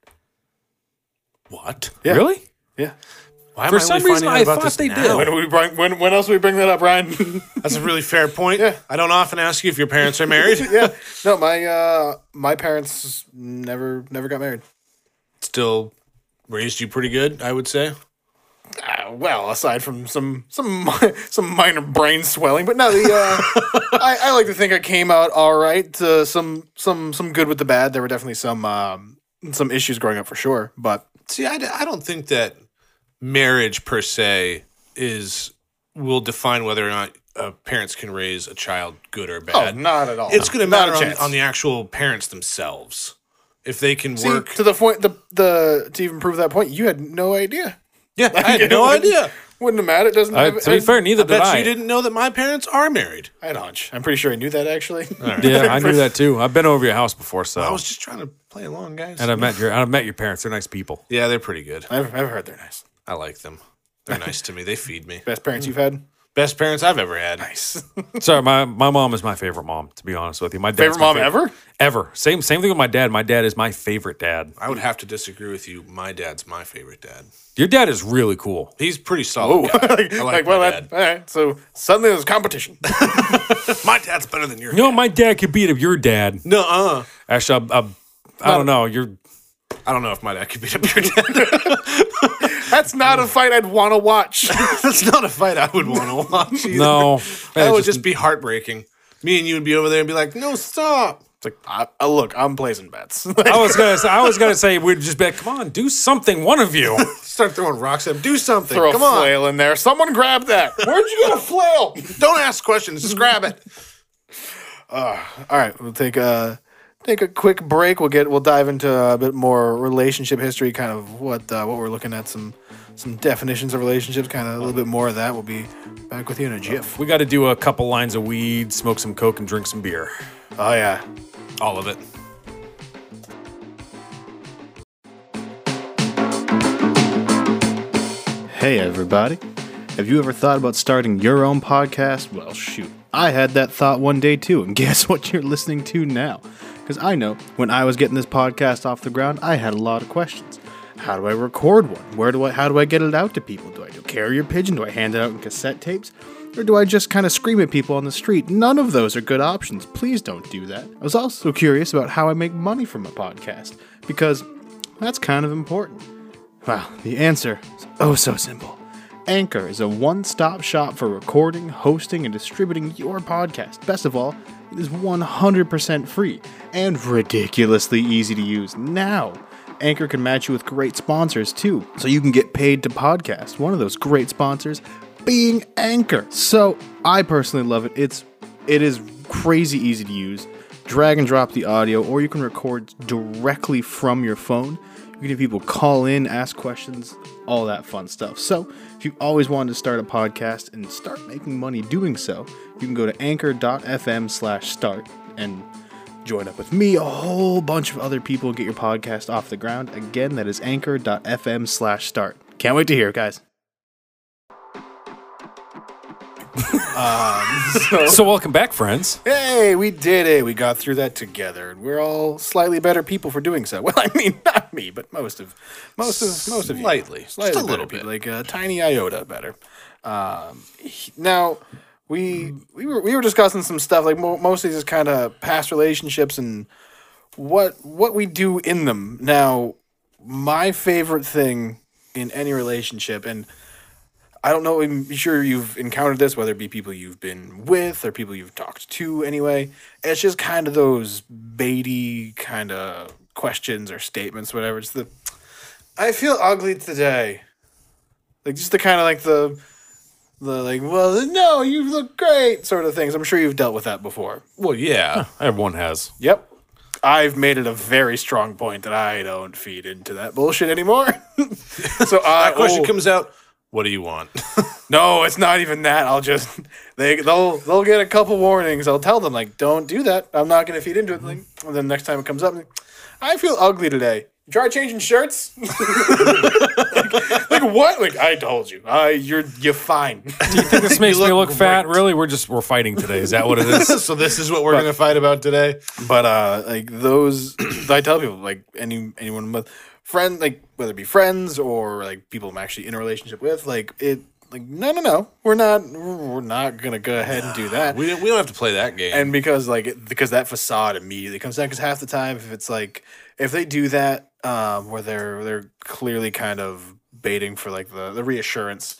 [SPEAKER 3] What?
[SPEAKER 4] Yeah.
[SPEAKER 1] Really?
[SPEAKER 4] Yeah.
[SPEAKER 3] Why am
[SPEAKER 1] For
[SPEAKER 3] I
[SPEAKER 1] some
[SPEAKER 3] only
[SPEAKER 1] reason,
[SPEAKER 3] finding out
[SPEAKER 1] I
[SPEAKER 3] about
[SPEAKER 1] thought
[SPEAKER 3] this
[SPEAKER 1] they
[SPEAKER 3] now?
[SPEAKER 1] did.
[SPEAKER 4] do we bring when when else do we bring that up, Ryan?
[SPEAKER 3] That's a really fair point.
[SPEAKER 4] Yeah.
[SPEAKER 3] I don't often ask you if your parents are married.
[SPEAKER 4] yeah. No, my uh my parents never never got married.
[SPEAKER 3] Still raised you pretty good, I would say.
[SPEAKER 4] Uh, well, aside from some some mi- some minor brain swelling, but no, the uh, I, I like to think I came out all right. Uh, some some some good with the bad. There were definitely some um, some issues growing up for sure, but
[SPEAKER 3] See, I, d- I don't think that marriage per se is will define whether or not uh, parents can raise a child good or bad.
[SPEAKER 4] Oh, not at all.
[SPEAKER 3] Oh, It's going to
[SPEAKER 4] Not
[SPEAKER 3] matter
[SPEAKER 4] a
[SPEAKER 3] on,
[SPEAKER 4] chance.
[SPEAKER 3] on the actual parents themselves if they can
[SPEAKER 4] See,
[SPEAKER 3] work.
[SPEAKER 4] to the point the the to even prove that point, you had no idea.
[SPEAKER 3] yeah, I had no idea.
[SPEAKER 4] Wouldn't have mattered. It doesn't.
[SPEAKER 1] Uh,
[SPEAKER 4] have,
[SPEAKER 1] to be fair, neither did
[SPEAKER 3] Bet
[SPEAKER 1] I.
[SPEAKER 3] you didn't know that my parents are married.
[SPEAKER 4] I had a hunch. I'm pretty sure I knew that actually.
[SPEAKER 1] Yeah, I knew that too. I've been over your house before, so
[SPEAKER 3] I was just trying to play along, guys.
[SPEAKER 1] and I've met your and I've met your parents. They're nice people.
[SPEAKER 3] yeah, they're pretty good.
[SPEAKER 4] I've, I've heard they're nice.
[SPEAKER 3] I like them. They're nice to me. They feed me.
[SPEAKER 4] Best parents you've had.
[SPEAKER 3] Best parents I've ever had.
[SPEAKER 4] Nice.
[SPEAKER 1] Sorry, my, my mom is my favorite mom. To be honest with you, my dad's
[SPEAKER 4] Favorite
[SPEAKER 1] my
[SPEAKER 4] mom ever?
[SPEAKER 1] Ever. Same same thing with my dad. My dad is my favorite dad.
[SPEAKER 3] I would have to disagree with you. My dad's my favorite dad.
[SPEAKER 1] Your dad is really cool.
[SPEAKER 3] He's pretty solid. guy.
[SPEAKER 4] like,
[SPEAKER 3] I
[SPEAKER 4] like,
[SPEAKER 3] like, my
[SPEAKER 4] well,
[SPEAKER 3] dad.
[SPEAKER 4] that, all right. So suddenly there's competition.
[SPEAKER 3] my dad's better than yours.
[SPEAKER 1] You know, my dad could beat up your dad.
[SPEAKER 3] No, uh,
[SPEAKER 1] Actually, I, I, I don't know. You're
[SPEAKER 3] I don't know if my dad could beat up your dad.
[SPEAKER 4] That's not a fight I'd want to watch.
[SPEAKER 3] That's not a fight I would want to watch. Either.
[SPEAKER 1] no.
[SPEAKER 3] that
[SPEAKER 1] That's
[SPEAKER 3] would just be heartbreaking. Me and you would be over there and be like, "No, stop."
[SPEAKER 4] It's like, I, I- look, I'm placing bets.
[SPEAKER 1] I was gonna say, I was gonna say we'd just be like, come on, do something, one of you.
[SPEAKER 3] Start throwing rocks at him. Do something.
[SPEAKER 4] Throw a
[SPEAKER 3] Come on.
[SPEAKER 4] flail in there. Someone grab that. Where'd you get a flail?
[SPEAKER 3] Don't ask questions. Just grab it.
[SPEAKER 4] All right, we'll take a take a quick break. We'll get we'll dive into a bit more relationship history, kind of what uh, what we're looking at, some some definitions of relationships, kind of a little bit more of that. We'll be back with you in a jiff.
[SPEAKER 1] We got to do a couple lines of weed, smoke some coke, and drink some beer.
[SPEAKER 4] Oh yeah,
[SPEAKER 3] All of it.
[SPEAKER 5] Hey, everybody. Have you ever thought about starting your own podcast? Well, shoot. I had that thought one day too, and guess what you're listening to now? Because I know when I was getting this podcast off the ground, I had a lot of questions. How do I record one? Where do I how do I get it out to people? Do I do carrier pigeon? Do I hand it out in cassette tapes? Or do I just kind of scream at people on the street? None of those are good options. Please don't do that. I was also curious about how I make money from a podcast, because that's kind of important. Well, the answer is oh so simple. Anchor is a one stop shop for recording, hosting, and distributing your podcast. Best of all, it is 100% free and ridiculously easy to use now. Anchor can match you with great sponsors too, so you can get paid to podcast. One of those great sponsors being Anchor. So I personally love it. It's it is crazy easy to use. Drag and drop the audio, or you can record directly from your phone. You can have people call in, ask questions, all that fun stuff. So, if you always wanted to start a podcast and start making money doing so, you can go to anchor.fm/start and join up with me, a whole bunch of other people, get your podcast off the ground. Again, that is anchor.fm/start. Can't wait to hear, it, guys.
[SPEAKER 3] Oh.
[SPEAKER 1] So welcome back, friends.
[SPEAKER 4] Hey, we did it. We got through that together, and we're all slightly better people for doing so. Well, I mean, not me, but most of most of most of you.
[SPEAKER 3] Slightly. Just
[SPEAKER 4] slightly
[SPEAKER 3] a
[SPEAKER 4] better
[SPEAKER 3] little
[SPEAKER 4] people, like a tiny iota better. Um, he- now we we were we were discussing some stuff like mo- mostly just kind of past relationships and what what we do in them. Now, my favorite thing in any relationship and I don't know. I'm sure you've encountered this, whether it be people you've been with or people you've talked to. Anyway, it's just kind of those baity kind of questions or statements, whatever. It's the I feel ugly today, like just the kind of like the the like well no you look great sort of things. I'm sure you've dealt with that before.
[SPEAKER 3] Well, yeah.
[SPEAKER 1] Everyone has.
[SPEAKER 4] Yep. I've made it a very strong point that I don't feed into that bullshit anymore. so I
[SPEAKER 3] That question
[SPEAKER 4] will-
[SPEAKER 3] comes out. What do you want?
[SPEAKER 4] No, uh, oh, it's not even that. I'll just they they'll they'll get a couple warnings. I'll tell them like, don't do that. I'm not gonna feed into it. Like, and then next time it comes up, like, I feel ugly today. Try changing shirts. like, like, what? Like I told you, I you're you're fine.
[SPEAKER 1] This makes me look fat. Really, we're just we're fighting today. Is that what it is?
[SPEAKER 3] so this is what we're gonna fight about today.
[SPEAKER 4] but uh, like those, I tell people like any anyone with friend like whether it be friends or like people I'm actually in a relationship with, like it like no no no, we're not we're not gonna go ahead and do that.
[SPEAKER 3] We, we don't have to play that game.
[SPEAKER 4] and because like it- because that facade immediately comes down because half the time if it's like if they do that um where they're they're clearly kind of baiting for like the the reassurance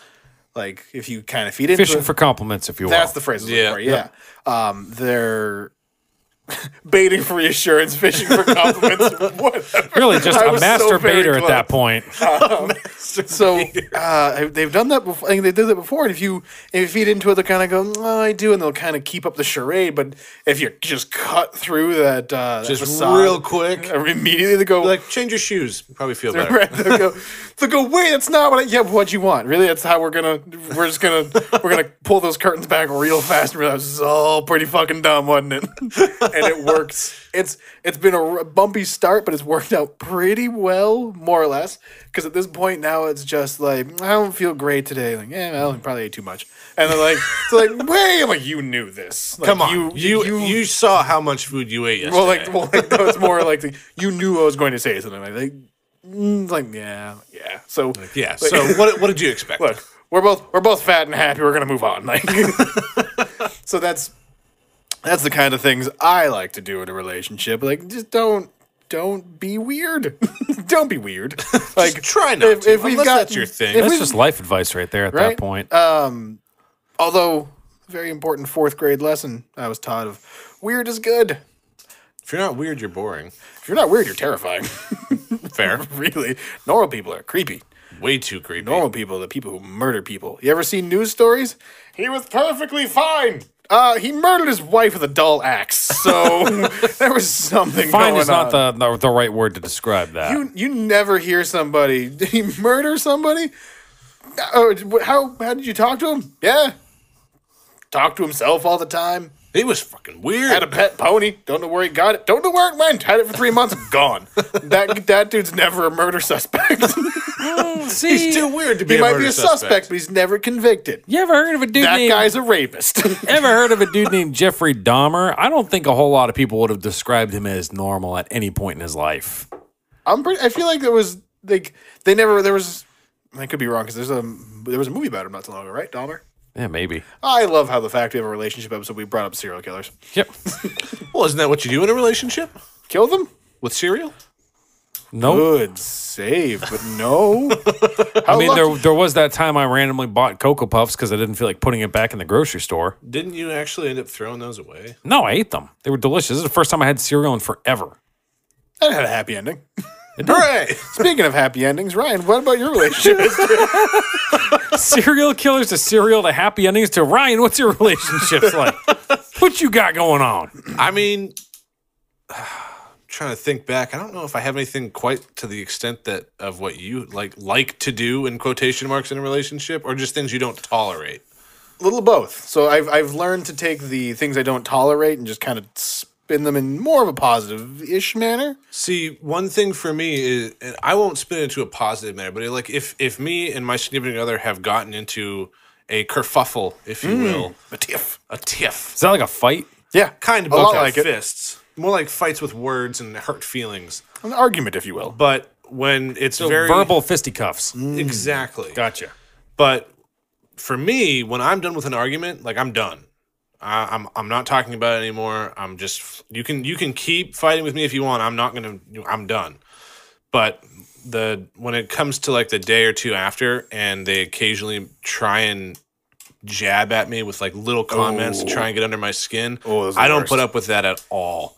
[SPEAKER 4] like if you kind of feed into
[SPEAKER 1] Fishing
[SPEAKER 4] it,
[SPEAKER 1] for compliments, if you will.
[SPEAKER 4] that's the phrase I was looking
[SPEAKER 3] Yeah.
[SPEAKER 4] for, yeah um they're baiting for reassurance fishing for compliments whatever
[SPEAKER 1] really just
[SPEAKER 4] I
[SPEAKER 1] a
[SPEAKER 4] was so
[SPEAKER 1] master
[SPEAKER 4] very
[SPEAKER 1] baiter at
[SPEAKER 4] close.
[SPEAKER 1] that point.
[SPEAKER 4] so uh, they've done that before. I think they did that before. And if you if you feed into it, they'll kind of go, "Mm, oh, I do, and they'll kind of keep up the charade. But if you just cut through that, uh, that
[SPEAKER 3] Just
[SPEAKER 4] facade,
[SPEAKER 3] real quick.
[SPEAKER 4] immediately they go.
[SPEAKER 3] Like change your shoes. You Probably feel better.
[SPEAKER 4] Right, they'll go, they'll go, wait, that's not what I, yeah, what you want. Really, that's how we're gonna, we're just gonna, we're gonna pull those curtains back real fast and realize this is all pretty fucking dumb, wasn't it? and it works. It's, it's been a r- bumpy start, but it's worked out pretty well, more or less. Because at this point now, it's just like, I don't feel great today. Like, yeah, well, I probably ate too much. And they're like, it's like, wait, I'm like, you knew this. Like,
[SPEAKER 3] Come on. You you, you saw how much food you ate yesterday.
[SPEAKER 4] well, like, well, like, no, it's more like the, you knew I was going to say something like, like, mm, it's like yeah, yeah. So
[SPEAKER 3] yeah.
[SPEAKER 4] like,
[SPEAKER 3] So what what did you expect?
[SPEAKER 4] look, we're both we're both fat and happy. We're gonna move on. Like, so that's that's the kind of things I like to do in a relationship. Like, just don't don't be weird. don't be weird. Like,
[SPEAKER 3] try not to, unless
[SPEAKER 4] got-
[SPEAKER 3] that's your thing.
[SPEAKER 4] if
[SPEAKER 3] That's
[SPEAKER 1] That's
[SPEAKER 4] we've-
[SPEAKER 1] just life advice right Uh, there at
[SPEAKER 4] Right?
[SPEAKER 1] that point.
[SPEAKER 4] although very important fourth grade lesson I was taught of weird is good.
[SPEAKER 3] If you're not weird, you're boring.
[SPEAKER 4] If you're not weird, you're terrifying.
[SPEAKER 3] Fair.
[SPEAKER 4] really, normal people are creepy.
[SPEAKER 3] Way too creepy.
[SPEAKER 4] normal people, the people who murder people. You ever seen news stories? He was perfectly fine. Uh, he murdered his wife with a dull axe. So there was something
[SPEAKER 1] Fine
[SPEAKER 4] going
[SPEAKER 1] is not
[SPEAKER 4] on.
[SPEAKER 1] the, the the right word to describe that.
[SPEAKER 4] you, you never hear somebody did he murder somebody. Oh, wh- how how did you talk to him? Yeah, talked to himself all the time.
[SPEAKER 3] He was fucking weird.
[SPEAKER 4] Had a pet pony. Don't know where he got it. Don't know where it went. Had it for three months. Gone. that that dude's never a murder suspect.
[SPEAKER 1] Mm, see,
[SPEAKER 3] He's too weird to be.
[SPEAKER 4] He
[SPEAKER 3] a
[SPEAKER 4] might
[SPEAKER 3] murder
[SPEAKER 4] be a suspect, but he's never convicted.
[SPEAKER 1] you ever heard of a dude
[SPEAKER 4] That
[SPEAKER 1] named
[SPEAKER 4] guy's a rapist.
[SPEAKER 1] ever heard of a dude named Jeffrey Dahmer? I don't think a whole lot of people would have described him as normal at any point in his life.
[SPEAKER 4] I'm pretty. I feel like there was like they never there was. I could be wrong because there's a there was a movie about him not so long ago, right, Dahmer?
[SPEAKER 1] Yeah, maybe.
[SPEAKER 4] I love how the fact we have a relationship episode we brought up serial killers.
[SPEAKER 1] Yep.
[SPEAKER 3] Well, isn't that what you do in a relationship
[SPEAKER 4] Kill them?
[SPEAKER 3] with cereal?
[SPEAKER 1] Nope.
[SPEAKER 4] Good save, but no.
[SPEAKER 1] I mean, there there was that time I randomly bought Cocoa Puffs because I didn't feel like putting it back in the grocery store.
[SPEAKER 3] Didn't you actually end up throwing those away?
[SPEAKER 1] No, I ate them. They were delicious. This is the first time I had cereal in forever.
[SPEAKER 4] that had a happy ending.
[SPEAKER 3] Hooray!
[SPEAKER 4] Speaking of happy endings, Ryan, what about your relationship?
[SPEAKER 1] serial killers to cereal to happy endings to Ryan. What's your relationships like? what you got going on?
[SPEAKER 3] I mean, trying to think back, I don't know if I have anything quite to the extent that of what you like like to do in quotation marks in a relationship, or just things you don't tolerate.
[SPEAKER 4] a little of both. So I've I've learned to take the things I don't tolerate and just kind of spin them in more of a positive-ish manner.
[SPEAKER 3] See, one thing for me is, and I won't spin it into a positive manner, but like if if me and my significant other have gotten into a kerfuffle, if you will,
[SPEAKER 4] Mm. A tiff.
[SPEAKER 3] a tiff,
[SPEAKER 1] Is that like a fight?
[SPEAKER 4] Yeah,
[SPEAKER 3] kind of
[SPEAKER 4] a lot
[SPEAKER 3] both
[SPEAKER 4] like
[SPEAKER 3] like
[SPEAKER 4] it.
[SPEAKER 3] fists, more like fights with words and hurt feelings.
[SPEAKER 4] An argument, if you will.
[SPEAKER 3] But when it's very Mm.
[SPEAKER 1] Verbal fisticuffs.
[SPEAKER 3] exactly,
[SPEAKER 1] Gotcha.
[SPEAKER 3] But for me, when I'm done with an argument, like I'm done. I, I'm I'm not talking about it anymore. I'm just you can you can keep fighting with me if you want. I'm not gonna. you- I'm done. But the when it comes to like the day or two after, and they occasionally try and jab at me with like little comments to try and get under my skin,
[SPEAKER 4] Oh, those are
[SPEAKER 3] I
[SPEAKER 4] the
[SPEAKER 3] don't
[SPEAKER 4] worst.
[SPEAKER 3] put up with that at all.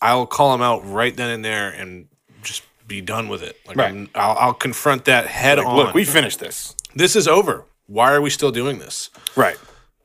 [SPEAKER 3] I'll call them out right then and there and just be done with it. Like
[SPEAKER 4] Right.
[SPEAKER 3] I'm, I'll, I'll confront that head on
[SPEAKER 4] Look, we finished this.
[SPEAKER 3] this is over. Why are we still doing this?
[SPEAKER 4] Right.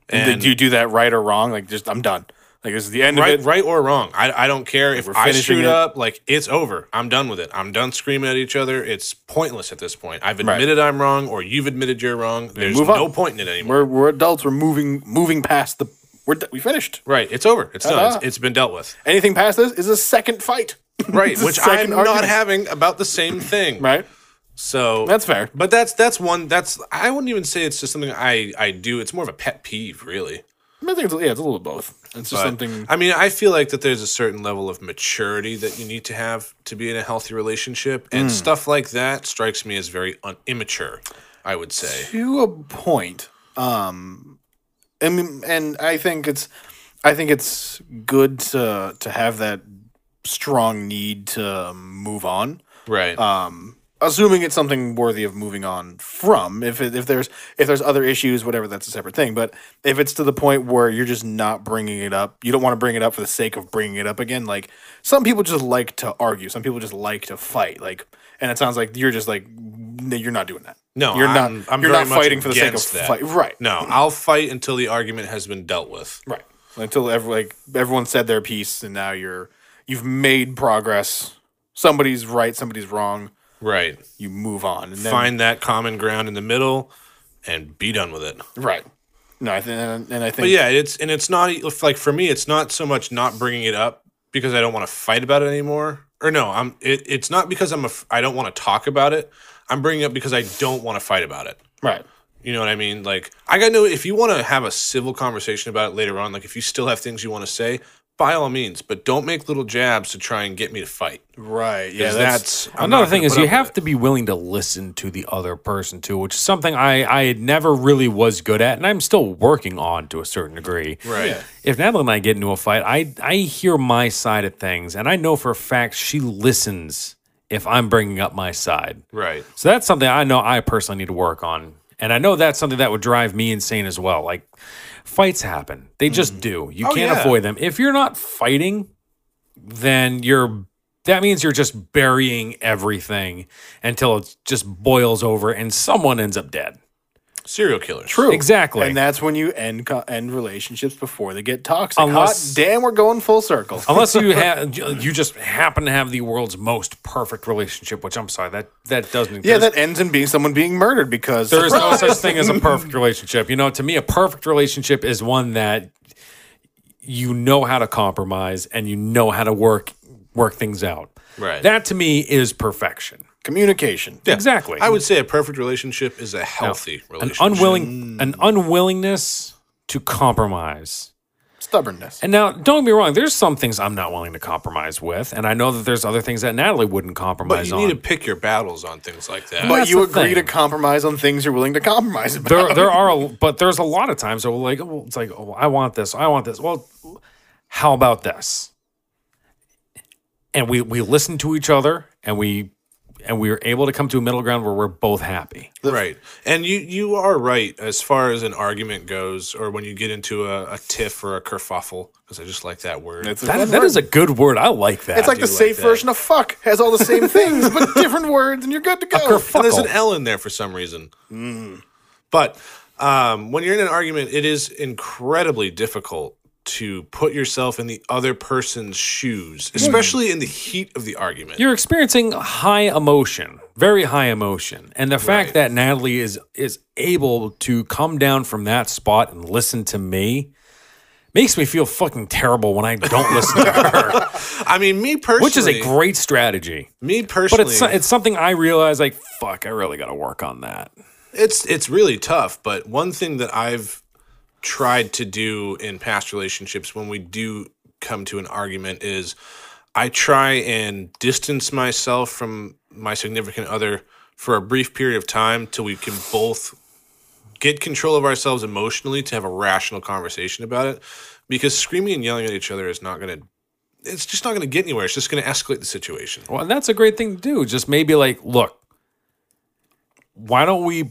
[SPEAKER 4] And,
[SPEAKER 3] And-
[SPEAKER 4] do you do that right or wrong? Like, just I'm done. Like this is the end
[SPEAKER 3] Right,
[SPEAKER 4] of it.
[SPEAKER 3] right or wrong. I, I don't care if
[SPEAKER 4] We're
[SPEAKER 3] I
[SPEAKER 4] finishing
[SPEAKER 3] screwed
[SPEAKER 4] it.
[SPEAKER 3] up. Like it's over. I'm done with it. I'm done screaming at each other. It's pointless at this point. I've admitted I'm wrong, or you've admitted you're wrong. There's
[SPEAKER 4] move on.
[SPEAKER 3] no point in it anymore.
[SPEAKER 4] We're we're adults. We're moving moving past the. We're d- we finished.
[SPEAKER 3] right. It's over. It's done.
[SPEAKER 4] Ta-da.
[SPEAKER 3] It's, it's been dealt with.
[SPEAKER 4] Anything past this is a second fight.
[SPEAKER 3] Right.
[SPEAKER 4] It's a
[SPEAKER 3] which I'm
[SPEAKER 4] second
[SPEAKER 3] not
[SPEAKER 4] argument.
[SPEAKER 3] having about the same thing.
[SPEAKER 4] Right.
[SPEAKER 3] So
[SPEAKER 4] That's fair.
[SPEAKER 3] But that's that's one. That's I wouldn't even say it's just something I I do. It's more of a pet peeve, really.
[SPEAKER 4] I think it's, yeah, it's a little of both. It's just
[SPEAKER 3] But,
[SPEAKER 4] something.
[SPEAKER 3] I mean, I feel like that there's a certain level of maturity that you need to have to be in a healthy relationship,
[SPEAKER 4] Hmm.
[SPEAKER 3] and stuff like that strikes me as very un- immature. I would say.
[SPEAKER 4] to a point um i mean and i think it's i think it's good to to have that strong need to move on
[SPEAKER 3] Right.
[SPEAKER 4] um assuming it's something worthy of moving on from if it, if there's if there's other issues whatever that's a separate thing but if it's to the point where you're just not bringing it up you don't want to bring it up for the sake of bringing it up again like some people just like to argue some people just like to fight like and it sounds like you're just like no, you're not doing that
[SPEAKER 3] No,
[SPEAKER 4] you're
[SPEAKER 3] I'm-
[SPEAKER 4] not
[SPEAKER 3] I'm
[SPEAKER 4] you're
[SPEAKER 3] very
[SPEAKER 4] not
[SPEAKER 3] much
[SPEAKER 4] fighting for the sake of
[SPEAKER 3] against that.
[SPEAKER 4] fight right
[SPEAKER 3] no, I'll fight until the argument has been dealt with.
[SPEAKER 4] right until every, like everyone said their piece and now you're you've made progress somebody's right somebody's wrong
[SPEAKER 3] Right.
[SPEAKER 4] you move on and then
[SPEAKER 3] Find that common ground in the middle, and be done with it.
[SPEAKER 4] Right. No, I think, and and I think,
[SPEAKER 3] But yeah, it's and it's not e, if, like for me, it's not so much not bringing it up because I don't want to fight about it anymore. Or no, I'm it, it's not because I'm a, I don't want to talk about it. I'm bringing it up because I don't want to fight about it.
[SPEAKER 4] right.
[SPEAKER 3] You know what I mean? Like, I got no. If you want to have a civil conversation about it later on, like if you still have things you want to say, by all means, but don't make little jabs to try and get me to fight.
[SPEAKER 4] Right.
[SPEAKER 3] Yeah,
[SPEAKER 4] Yeah. That's,
[SPEAKER 3] that's, I'm
[SPEAKER 1] Another
[SPEAKER 3] not
[SPEAKER 1] thing
[SPEAKER 3] gonna
[SPEAKER 1] is
[SPEAKER 3] put
[SPEAKER 1] you
[SPEAKER 3] up with
[SPEAKER 1] have
[SPEAKER 3] it.
[SPEAKER 1] to be willing to listen to the other person too, which is something I I had never really was good at, and I'm still working on to a certain degree.
[SPEAKER 3] Right. Yeah.
[SPEAKER 1] If Natalie and I get into a fight, I I hear my side of things, and I know for a fact she listens if I'm bringing up my side.
[SPEAKER 3] right.
[SPEAKER 1] So that's something I know I personally need to work on. And I know that's something that would drive me insane as well. Like fights happen. They
[SPEAKER 4] Mm-hmm.
[SPEAKER 1] just do. You
[SPEAKER 3] Oh,
[SPEAKER 1] can't
[SPEAKER 3] yeah.
[SPEAKER 1] avoid them. If you're not fighting, then you're that means you're just burying everything until it just boils over and someone ends up dead.
[SPEAKER 3] Serial killers.
[SPEAKER 4] true.
[SPEAKER 1] Exactly.
[SPEAKER 4] And that's when you end co- end relationships before they get toxic.
[SPEAKER 1] Unless-
[SPEAKER 4] Hot damn, we're going full circle.
[SPEAKER 1] Unless you have you just happen to have the world's most perfect relationship, which I'm sorry, that that doesn't
[SPEAKER 4] yeah,
[SPEAKER 1] there's-
[SPEAKER 4] that ends in being someone being murdered because
[SPEAKER 1] There is no such thing as a perfect relationship. You know, to me, a perfect relationship is one that you know how to compromise and you know how to work work things out.
[SPEAKER 3] Right.
[SPEAKER 1] That to me is perfection.
[SPEAKER 4] communication.
[SPEAKER 3] Yeah.
[SPEAKER 1] Exactly.
[SPEAKER 3] I would say a perfect relationship is a healthy
[SPEAKER 1] an
[SPEAKER 3] relationship.
[SPEAKER 1] unwilling an unwillingness to compromise.
[SPEAKER 4] Stubbornness.
[SPEAKER 1] And now, don't get me wrong. There's some things I'm not willing to compromise with, and I know that there's other things that Natalie wouldn't
[SPEAKER 3] But
[SPEAKER 1] compromise
[SPEAKER 3] you need to
[SPEAKER 1] on.
[SPEAKER 3] pick your battles on things like that.
[SPEAKER 1] But
[SPEAKER 4] but
[SPEAKER 1] that's
[SPEAKER 4] you
[SPEAKER 1] the
[SPEAKER 4] agree to
[SPEAKER 1] thing.
[SPEAKER 4] compromise on things you're willing to compromise about.
[SPEAKER 1] there, there are, a- but there's a lot of times where we're like, oh, it's like, oh, I want this, I want this. Well, how about this? And we we listen to each other, and we and we were able to come to a middle ground where we're both happy.
[SPEAKER 3] right. And you you are right as far as an argument goes, or when you get into a, a tiff or a kerfuffle, because I just like that word.
[SPEAKER 4] It's a
[SPEAKER 1] That,
[SPEAKER 4] fun
[SPEAKER 1] that
[SPEAKER 4] word.
[SPEAKER 1] is a good word. I like that.
[SPEAKER 4] It's like the
[SPEAKER 3] like
[SPEAKER 4] safe
[SPEAKER 3] that.
[SPEAKER 4] version of fuck. Has all the same things, but different words, and you're good to go.
[SPEAKER 3] and there's an
[SPEAKER 1] Kerfuckle.
[SPEAKER 3] L in there for some reason.
[SPEAKER 1] Mm-hmm.
[SPEAKER 3] But um, when you're in an argument, it is incredibly difficult to put yourself in the other person's shoes,
[SPEAKER 1] Hmm.
[SPEAKER 3] especially in the heat of the argument.
[SPEAKER 1] you're experiencing high emotion, very high emotion, and the fact that Natalie is is able to come down from that spot and listen to me makes me feel fucking terrible when I don't listen to her,
[SPEAKER 3] I mean, me personally,
[SPEAKER 1] which is a great strategy.
[SPEAKER 3] me
[SPEAKER 1] But
[SPEAKER 3] personally,
[SPEAKER 1] it's so- it's something I realize like fuck, I really got to work on that.
[SPEAKER 3] it's it's really tough but one thing that i've tried to do in past relationships when we do come to an argument is i try and distance myself from my significant other for a brief period of time till we can both get control of ourselves emotionally to have a rational conversation about it because screaming and yelling at each other is not going to it's just not going to get anywhere it's just going to escalate the situation
[SPEAKER 1] Well, and that's a great thing to do. Just maybe like, look, why don't we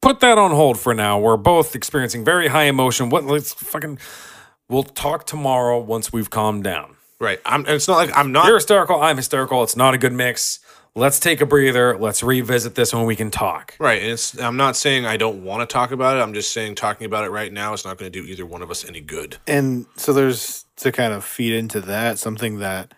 [SPEAKER 1] put that on hold for now? We're both experiencing very high emotion. What let's fucking we'll talk tomorrow once we've calmed down.
[SPEAKER 3] right i'm and it's not like i'm not
[SPEAKER 1] You're hysterical, I'm hysterical. It's not a good mix. Let's take a breather. Let's revisit this when we can talk.
[SPEAKER 3] Right. And it's I'm not saying I don't want to talk about it. I'm just saying talking about it right now is not going to do either one of us any good.
[SPEAKER 4] and so there's to kind of feed into that something that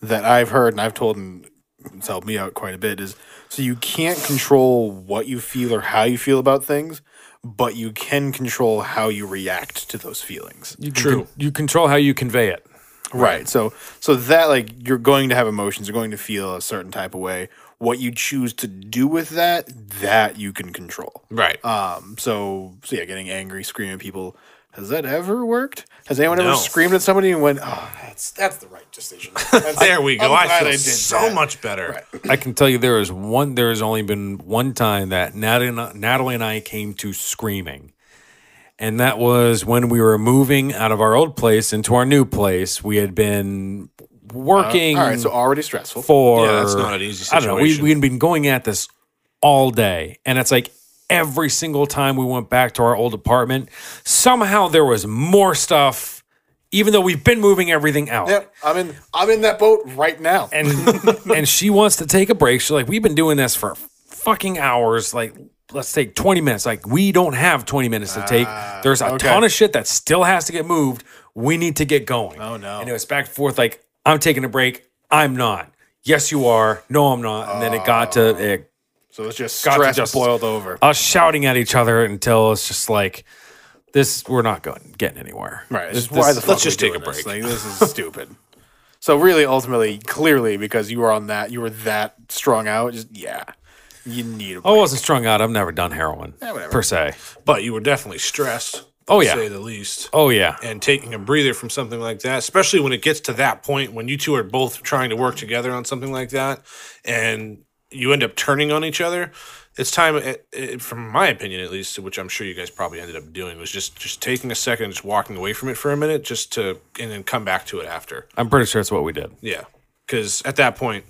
[SPEAKER 4] that I've heard and I've told and it's helped me out quite a bit is so you can't control what you feel or how you feel about things, but you can control how you react to those feelings.
[SPEAKER 1] You can- you control how you convey it.
[SPEAKER 4] Right. So so that like you're going to have emotions, you're going to feel a certain type of way. What you choose to do with that, that you can control.
[SPEAKER 3] Right.
[SPEAKER 4] Um, so, so yeah, getting angry, screaming at people. Has that ever worked? Has anyone
[SPEAKER 3] No.
[SPEAKER 4] ever screamed at somebody and went, "Oh, that's that's the right decision." That's-
[SPEAKER 3] there we go.
[SPEAKER 4] I'm
[SPEAKER 3] i
[SPEAKER 4] glad
[SPEAKER 3] feel
[SPEAKER 4] did
[SPEAKER 3] so
[SPEAKER 4] that."
[SPEAKER 3] much better.
[SPEAKER 1] I can tell you there is one. There has only been one time that Natalie and, I, Natalie and I came to screaming, and that was when we were moving out of our old place into our new place. We had been working
[SPEAKER 3] Uh,
[SPEAKER 4] All right, so already stressful.
[SPEAKER 1] for.
[SPEAKER 3] Yeah, that's not an easy
[SPEAKER 1] I don't know. We
[SPEAKER 3] situation.
[SPEAKER 1] we had been going at this all day, and it's like every single time we went back to our old apartment, somehow there was more stuff, even though we've been moving everything out
[SPEAKER 4] Yep, I'm in. I'm in that boat right now.
[SPEAKER 1] and and she wants to take a break. She's like, we've been doing this for fucking hours. Like, let's take 20 minutes. Like, we don't have 20 minutes to take.
[SPEAKER 4] Ah,
[SPEAKER 1] There's a ton of shit that still has to get moved. We need to get going. Oh
[SPEAKER 4] no.
[SPEAKER 1] And it was back and forth, like, I'm taking a break. I'm not. Yes, you are. No, I'm not. And then it got
[SPEAKER 4] Oh.
[SPEAKER 1] to it
[SPEAKER 4] so it's just
[SPEAKER 1] got to
[SPEAKER 4] stress
[SPEAKER 1] just-
[SPEAKER 4] boiled over.
[SPEAKER 1] us shouting at each other until it's just like this we're not going getting anywhere.
[SPEAKER 4] Right.
[SPEAKER 1] This,
[SPEAKER 4] This, why the
[SPEAKER 1] this-
[SPEAKER 4] fuck
[SPEAKER 3] let's
[SPEAKER 4] we
[SPEAKER 3] just take
[SPEAKER 4] doing
[SPEAKER 3] a
[SPEAKER 4] this?
[SPEAKER 3] break.
[SPEAKER 4] Like, this is stupid. So really, ultimately, clearly, because you were on that, you were that strung out. Just yeah, you need a
[SPEAKER 1] I wasn't strung out. I've never done heroin
[SPEAKER 4] whatever.
[SPEAKER 1] per se.
[SPEAKER 3] But you were definitely stressed.
[SPEAKER 1] Oh,
[SPEAKER 3] to
[SPEAKER 1] yeah.
[SPEAKER 3] Say the least.
[SPEAKER 1] Oh yeah.
[SPEAKER 3] And taking a breather from something like that, especially when it gets to that point when you two are both trying to work together on something like that and you end up turning on each other. It's time, it, it, from my opinion at least, which I'm sure you guys probably ended up doing, was just just taking a second and just walking away from it for a minute, just to and then come back to it after.
[SPEAKER 1] I'm pretty sure it's what we did.
[SPEAKER 3] Yeah, because at that point,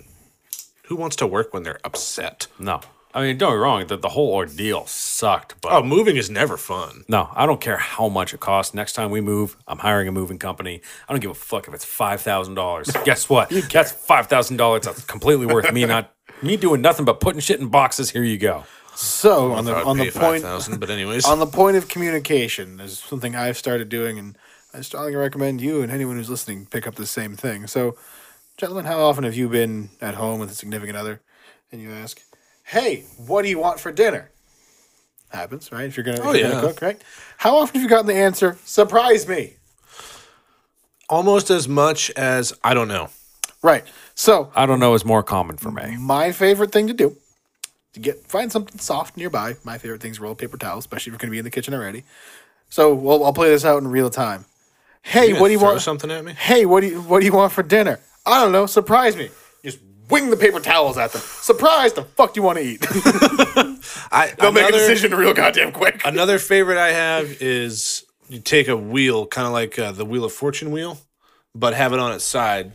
[SPEAKER 3] who wants to work when they're upset?
[SPEAKER 1] No. I mean, don't get me wrong, the, the whole ordeal sucked, but
[SPEAKER 3] Oh, moving is never fun.
[SPEAKER 1] no, I don't care how much it costs. Next time we move, I'm hiring a moving company. I don't give a fuck if it's five thousand dollars. Guess what? That's five thousand dollars. That's completely worth me not me doing nothing but putting shit in boxes. Here you go.
[SPEAKER 4] So on the
[SPEAKER 3] I'd
[SPEAKER 4] on
[SPEAKER 3] pay
[SPEAKER 4] the point
[SPEAKER 3] 5,000, but anyways,
[SPEAKER 4] on the point of communication, there's something I've started doing, and I strongly recommend you and anyone who's listening pick up the same thing. So, gentlemen, how often have you been at home with a significant other, and you ask, "Hey, what do you want for dinner?" Happens, right? If you're gonna, if
[SPEAKER 3] Oh,
[SPEAKER 4] you're
[SPEAKER 3] yeah.
[SPEAKER 4] gonna cook, right? How often have you gotten the answer? Surprise me.
[SPEAKER 3] almost as much as I don't know.
[SPEAKER 4] Right. So
[SPEAKER 1] I don't know is more common for me.
[SPEAKER 4] my favorite thing to do to get find something soft nearby. My favorite thing is roll paper towel, especially if you're going to be in the kitchen already. So well, I'll play this out in real time. Hey, what do you
[SPEAKER 3] throw
[SPEAKER 4] want?
[SPEAKER 3] Something at me?
[SPEAKER 4] Hey, what do you what do you want for dinner? I don't know. Surprise me. Just wing the paper towels at them. Surprise! The fuck do you want to eat?
[SPEAKER 3] I,
[SPEAKER 4] They'll make a decision real goddamn quick.
[SPEAKER 3] Another favorite I have is you take a wheel, kind of like uh, the Wheel of Fortune wheel, but have it on its side,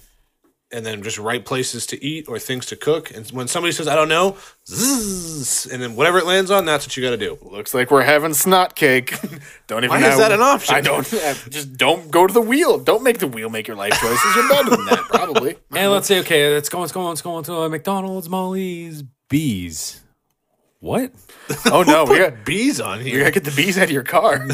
[SPEAKER 3] and then just write places to eat or things to cook. And when somebody says, "I don't know," zzz, and then whatever it lands on, that's what you got to do.
[SPEAKER 4] Looks like we're having snot cake. don't even.
[SPEAKER 3] Why
[SPEAKER 4] know.
[SPEAKER 3] is that an option?
[SPEAKER 4] I don't. Just don't go to the wheel. Don't make the wheel make your life choices. You're better than that, probably.
[SPEAKER 1] And let's say, okay, it's going, it's going, it's going to uh, McDonald's, Molly's, bees. What?
[SPEAKER 4] Oh no, we got
[SPEAKER 3] Bees on
[SPEAKER 4] we
[SPEAKER 3] here.
[SPEAKER 4] gotta get the bees out of your car.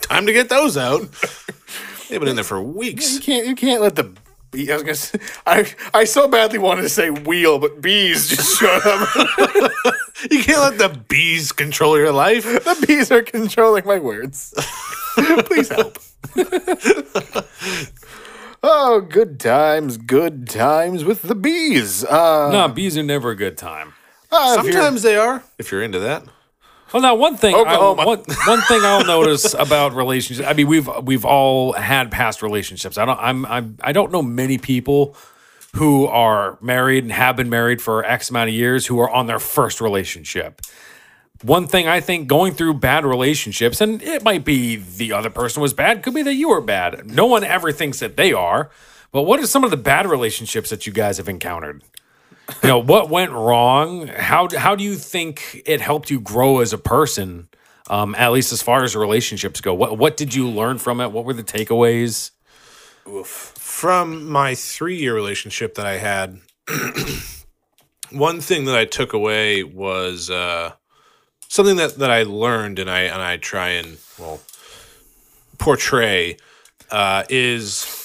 [SPEAKER 3] Time to get those out. They've been in there for weeks.
[SPEAKER 4] you can't. You can't let the. Bee, I was gonna. Say, I I so badly wanted to say wheel, but bees just showed up.
[SPEAKER 3] You can't let the bees control your life.
[SPEAKER 4] the bees are controlling my words. Please help. oh, good times, good times with the bees. Uh,
[SPEAKER 1] no, bees are never a good time.
[SPEAKER 4] uh, if you're-
[SPEAKER 3] Sometimes they are. If you're into that,
[SPEAKER 1] Well, now one thing, I,
[SPEAKER 4] Oklahoma.
[SPEAKER 1] one, one thing I'll notice about relationships. I mean, we've we've all had past relationships. I don't, I'm, I'm, I don't know many people who are married and have been married for X amount of years who are on their first relationship. One thing I think going through bad relationships, and it might be the other person was bad, could be that you were bad. No one ever thinks that they are. But what are some of the bad relationships that you guys have encountered? you know what went wrong how how do you think it helped you grow as a person um, at least as far as relationships go what what did you learn from it what were the takeaways
[SPEAKER 3] from my three year relationship that I had, one thing that I took away was uh, something that, that I learned and I and I try and well portray uh, is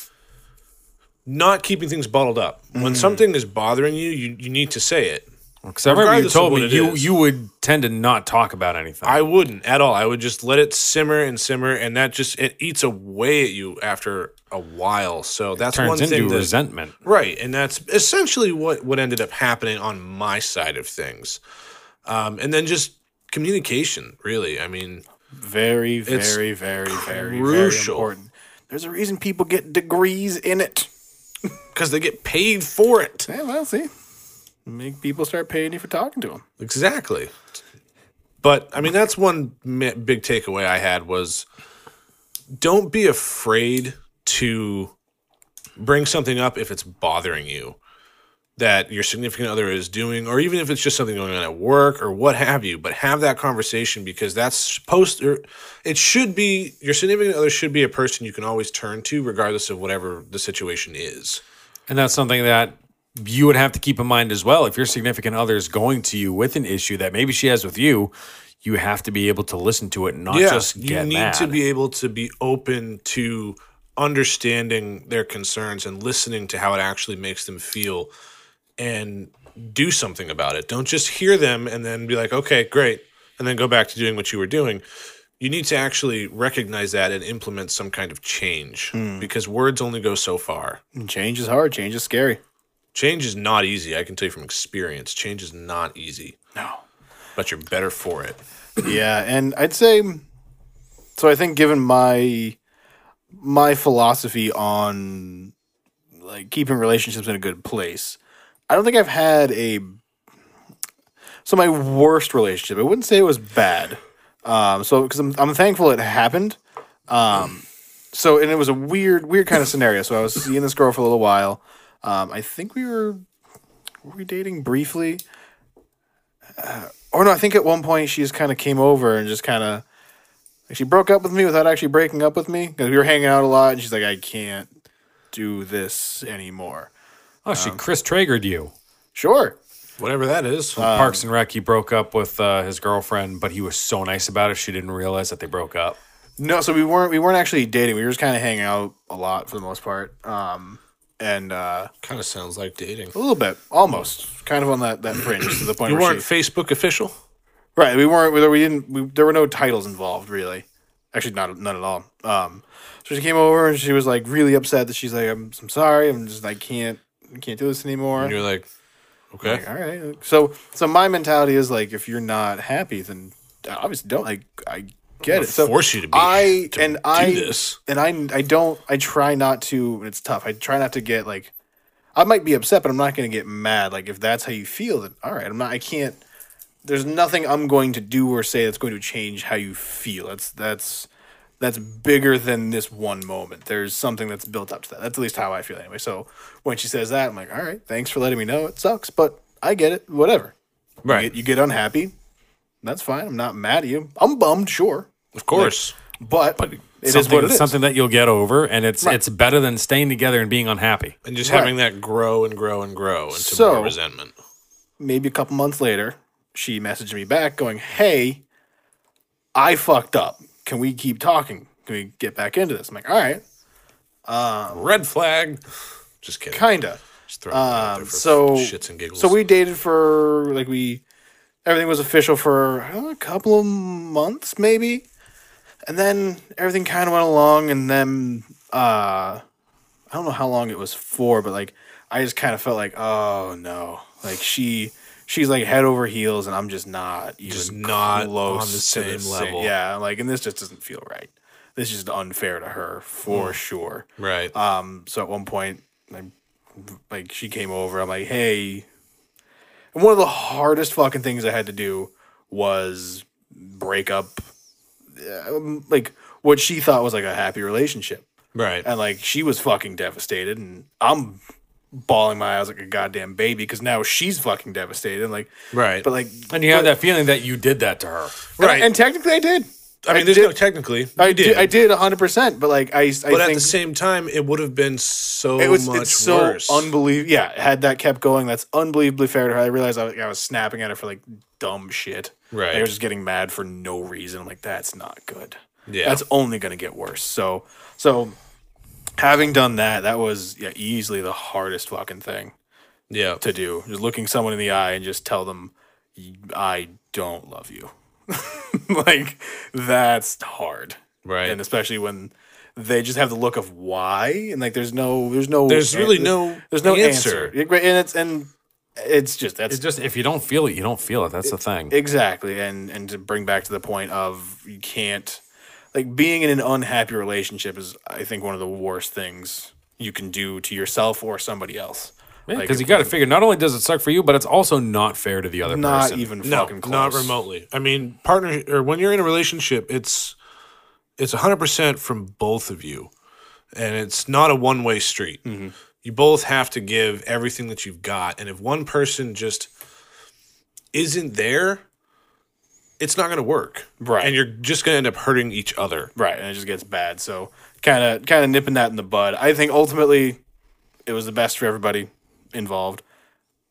[SPEAKER 3] not keeping things bottled up.
[SPEAKER 1] Mm.
[SPEAKER 3] When something is bothering you, you, you need to say it.
[SPEAKER 1] because i remember you
[SPEAKER 3] Regardless of
[SPEAKER 1] told
[SPEAKER 3] what
[SPEAKER 1] me
[SPEAKER 3] it
[SPEAKER 1] you
[SPEAKER 3] is.
[SPEAKER 1] you would tend to not talk about anything
[SPEAKER 3] I wouldn't at all. I would just let it simmer and simmer, and that just it eats away at you after a while. So that's one
[SPEAKER 1] turns
[SPEAKER 3] thing
[SPEAKER 1] into
[SPEAKER 3] that-
[SPEAKER 1] resentment
[SPEAKER 3] Right, and that's essentially what what ended up happening on my side of things, um, and then just communication. Really, I mean,
[SPEAKER 4] Very,
[SPEAKER 3] It's
[SPEAKER 4] very, very,
[SPEAKER 3] crucial.
[SPEAKER 4] very, very important. There's a reason people get degrees in it.
[SPEAKER 3] because they get paid for it.
[SPEAKER 4] Yeah, well, see, make people start paying you for talking to them.
[SPEAKER 3] Exactly. But I mean, that's one ma- big takeaway I had was don't be afraid to bring something up if it's bothering you that your significant other is doing, or even if it's just something going on at work or what have you. But have that conversation because that's supposed to, it should be your significant other should be a person you can always turn to, regardless of whatever the situation is.
[SPEAKER 1] and that's something that you would have to keep in mind as well if your significant other is going to you with an issue that maybe she has with you you have to be able to listen to it and not just
[SPEAKER 3] you
[SPEAKER 1] get
[SPEAKER 3] need
[SPEAKER 1] mad.
[SPEAKER 3] to be able to be open to understanding their concerns and listening to how it actually makes them feel and do something about it don't just hear them and then be like okay great and then go back to doing what you were doing you need to actually recognize that and implement some kind of change
[SPEAKER 1] Hmm.
[SPEAKER 3] because words only go so far
[SPEAKER 4] And Change is hard. Change is scary.
[SPEAKER 3] change is not easy i can tell you from experience change is not easy
[SPEAKER 4] No.
[SPEAKER 3] but you're better for it
[SPEAKER 4] yeah, and I'd say, so I think given my my philosophy on like keeping relationships in a good place, I don't think I've had a so my worst relationship. I wouldn't say it was bad. Um, so because I'm I'm thankful it happened. Um, so and it was a weird weird kind of scenario. So I was seeing this girl for a little while. Um, I think we were were we dating briefly or no, I think at one point she just kind of came over and just kind of like she broke up with me without actually breaking up with me because we were hanging out a lot, and she's like, I can't do this anymore.
[SPEAKER 1] oh, she Chris Traegered you.
[SPEAKER 4] Sure,
[SPEAKER 3] whatever that is
[SPEAKER 4] Um,
[SPEAKER 1] Parks and Rec, he broke up with uh, his girlfriend, but he was so nice about it, she didn't realize that they broke up.
[SPEAKER 4] no, so we weren't we weren't actually dating. We were just kind of hanging out a lot for the most part, um, and uh,
[SPEAKER 3] kind of sounds like dating
[SPEAKER 4] a little bit, almost, kind of on that that fringe to the point
[SPEAKER 3] you
[SPEAKER 4] where she-
[SPEAKER 3] weren't facebook official
[SPEAKER 4] Right. We weren't. We we didn't. We, there were no titles involved, really. Actually, not not at all. Um, so she came over and she was like really upset that she's like, I'm, I'm sorry, I'm just I can't can't do this anymore.
[SPEAKER 3] And you're like, okay.
[SPEAKER 4] Like, uh, all right. So so my mentality is like, if you're not happy, then obviously don't. Like I get it. So
[SPEAKER 3] force you to be-
[SPEAKER 4] I
[SPEAKER 3] to
[SPEAKER 4] and
[SPEAKER 3] do
[SPEAKER 4] I
[SPEAKER 3] this.
[SPEAKER 4] and I I don't. I try not to. It's tough. I try not to get like. I might be upset, but I'm not going to get mad. Like if that's how you feel, then all right. I'm not. I can't. There's nothing I'm going to do or say that's going to change how you feel. That's that's that's bigger than this one moment. There's something that's built up to that. That's at least how I feel anyway. So when she says that, I'm like, all right, thanks for letting me know. It sucks, but I get it. Whatever.
[SPEAKER 3] Right.
[SPEAKER 4] You get, you get unhappy. That's fine. I'm not mad at you. I'm bummed, sure,
[SPEAKER 3] of course.
[SPEAKER 4] but, it is
[SPEAKER 1] something,
[SPEAKER 4] what it is.
[SPEAKER 1] something that you'll get over, and it's it's better than staying together and being unhappy.
[SPEAKER 3] and just
[SPEAKER 4] right.
[SPEAKER 3] having that grow and grow and grow into
[SPEAKER 4] So-
[SPEAKER 3] more resentment.
[SPEAKER 4] Maybe a couple months later, she messaged me back going, "Hey, I fucked up. Can we keep talking? Can we get back into this?" I'm like, "All right,
[SPEAKER 3] Red flag. Just kidding.
[SPEAKER 4] kinda."
[SPEAKER 3] Just throwing it out there for
[SPEAKER 4] um, so
[SPEAKER 3] shits and giggles.
[SPEAKER 4] So we dated for like we everything was official for I don't know, a couple of months maybe, and then everything kind of went along, and then uh, I don't know how long it was for, but like I just kind of felt like oh no, like she she's like head over heels, and I'm just not even
[SPEAKER 3] Just not
[SPEAKER 4] close
[SPEAKER 3] on the
[SPEAKER 4] to
[SPEAKER 3] same
[SPEAKER 4] this thing.
[SPEAKER 3] level.
[SPEAKER 4] Yeah, like and this just doesn't feel right. This is unfair to her
[SPEAKER 3] Mm.
[SPEAKER 4] for sure.
[SPEAKER 3] right.
[SPEAKER 4] Um, so at one point, I, like she came over. I'm like, hey. And one of the hardest fucking things I had to do was break up, um, like what she thought was like a happy relationship,
[SPEAKER 3] right.
[SPEAKER 4] and like she was fucking devastated, and I'm bawling my eyes like a goddamn baby because now she's fucking devastated, and like,
[SPEAKER 3] right.
[SPEAKER 4] but like,
[SPEAKER 1] And you have that feeling that you did that to her.
[SPEAKER 4] right,
[SPEAKER 3] right.
[SPEAKER 4] and, technically I did.
[SPEAKER 3] I mean, there's no technically.
[SPEAKER 4] I
[SPEAKER 3] you
[SPEAKER 4] did. I did 100, percent but like I, I
[SPEAKER 3] But at
[SPEAKER 4] think
[SPEAKER 3] the same time, it would have been so
[SPEAKER 4] it was
[SPEAKER 3] much
[SPEAKER 4] it's so
[SPEAKER 3] worse.
[SPEAKER 4] unbelievable. Yeah, had that kept going, that's unbelievably fair to her. I realized I was, I was snapping at her for like dumb shit.
[SPEAKER 3] Right.
[SPEAKER 4] Like, I was just getting mad for no reason. I'm like, that's not good.
[SPEAKER 3] Yeah.
[SPEAKER 4] that's only gonna get worse. So, so having done that, that was yeah easily the hardest fucking thing
[SPEAKER 3] yeah.
[SPEAKER 4] to do. Just looking someone in the eye and just tell them, I don't love you. like that's hard
[SPEAKER 3] Right.
[SPEAKER 4] and especially when they just have the look of why and like there's no there's no
[SPEAKER 3] There's really no
[SPEAKER 4] there's no
[SPEAKER 3] answer.
[SPEAKER 4] answer, It- right, and it's and it's just that's
[SPEAKER 1] It's just if you don't feel it, you don't feel it. That's the thing.
[SPEAKER 4] exactly and and to bring back to the point of you can't like being in an unhappy relationship is i think one of the worst things you can do to yourself or somebody else
[SPEAKER 1] Because
[SPEAKER 4] Like,
[SPEAKER 1] you got to figure. Not only does it suck for you, but it's also not fair to the other
[SPEAKER 4] not e-
[SPEAKER 1] person.
[SPEAKER 4] even
[SPEAKER 3] no,
[SPEAKER 4] fucking close
[SPEAKER 3] not remotely. I mean, partner or when you're in a relationship, it's it's 100% from both of you. And it's not a one-way street.
[SPEAKER 4] Mm-hmm.
[SPEAKER 3] You both have to give everything that you've got, and if one person just isn't there, it's not going to work.
[SPEAKER 4] Right.
[SPEAKER 3] And you're just going to end up hurting each other.
[SPEAKER 4] Right, and it just gets bad. So kind of kind of nipping that in the bud. I think ultimately it was the best for everybody involved.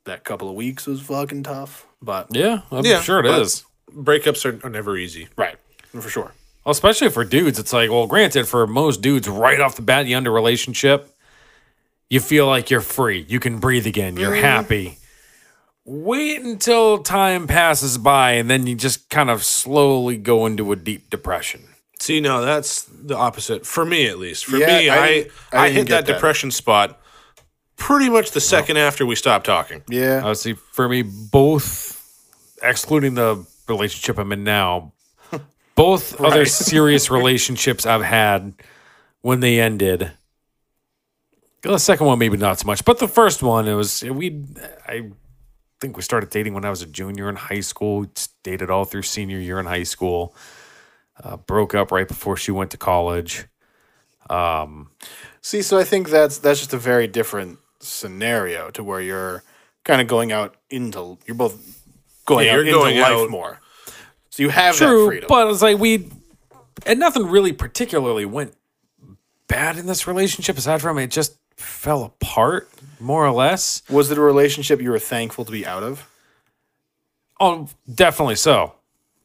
[SPEAKER 4] That couple of weeks was fucking tough, but
[SPEAKER 1] Yeah, I'm
[SPEAKER 3] Yeah,
[SPEAKER 1] sure it
[SPEAKER 3] but-
[SPEAKER 1] is.
[SPEAKER 3] Breakups are, are never easy.
[SPEAKER 4] right, for sure.
[SPEAKER 1] Well, especially for dudes, it's like, well, granted, for most dudes, right off the bat, you end a relationship, you feel like you're free. You can breathe again. You're happy. Wait until time passes by, and then you just kind of slowly go into a deep depression.
[SPEAKER 3] See, no, that's the opposite for me, at least. For
[SPEAKER 4] Yeah,
[SPEAKER 3] me,
[SPEAKER 4] I
[SPEAKER 3] I
[SPEAKER 4] didn't- I
[SPEAKER 3] I,
[SPEAKER 4] didn't
[SPEAKER 3] hit
[SPEAKER 4] get
[SPEAKER 3] that,
[SPEAKER 4] that.
[SPEAKER 3] depression spot pretty much the second after we stopped talking.
[SPEAKER 4] Yeah,
[SPEAKER 1] Obviously, for me, both, excluding the relationship I'm in now, both other serious relationships I've had when they ended. The second one, maybe not so much, but the first one, it was we. I think we started dating when I was a junior in high school. We dated all through senior year in high school. Uh, broke up right before she went to college.
[SPEAKER 4] See, so I think that's that's just a very different scenario to where you're kind of going out into you're both going
[SPEAKER 3] Yeah,
[SPEAKER 4] out
[SPEAKER 3] you're
[SPEAKER 4] into
[SPEAKER 3] going
[SPEAKER 4] life
[SPEAKER 3] out-
[SPEAKER 4] more. So you have that
[SPEAKER 1] True,
[SPEAKER 4] freedom.
[SPEAKER 1] but it's like we and nothing really particularly went bad in this relationship aside from it just fell apart more or less.
[SPEAKER 4] was it a relationship you were thankful to be out of?
[SPEAKER 1] Oh, definitely so.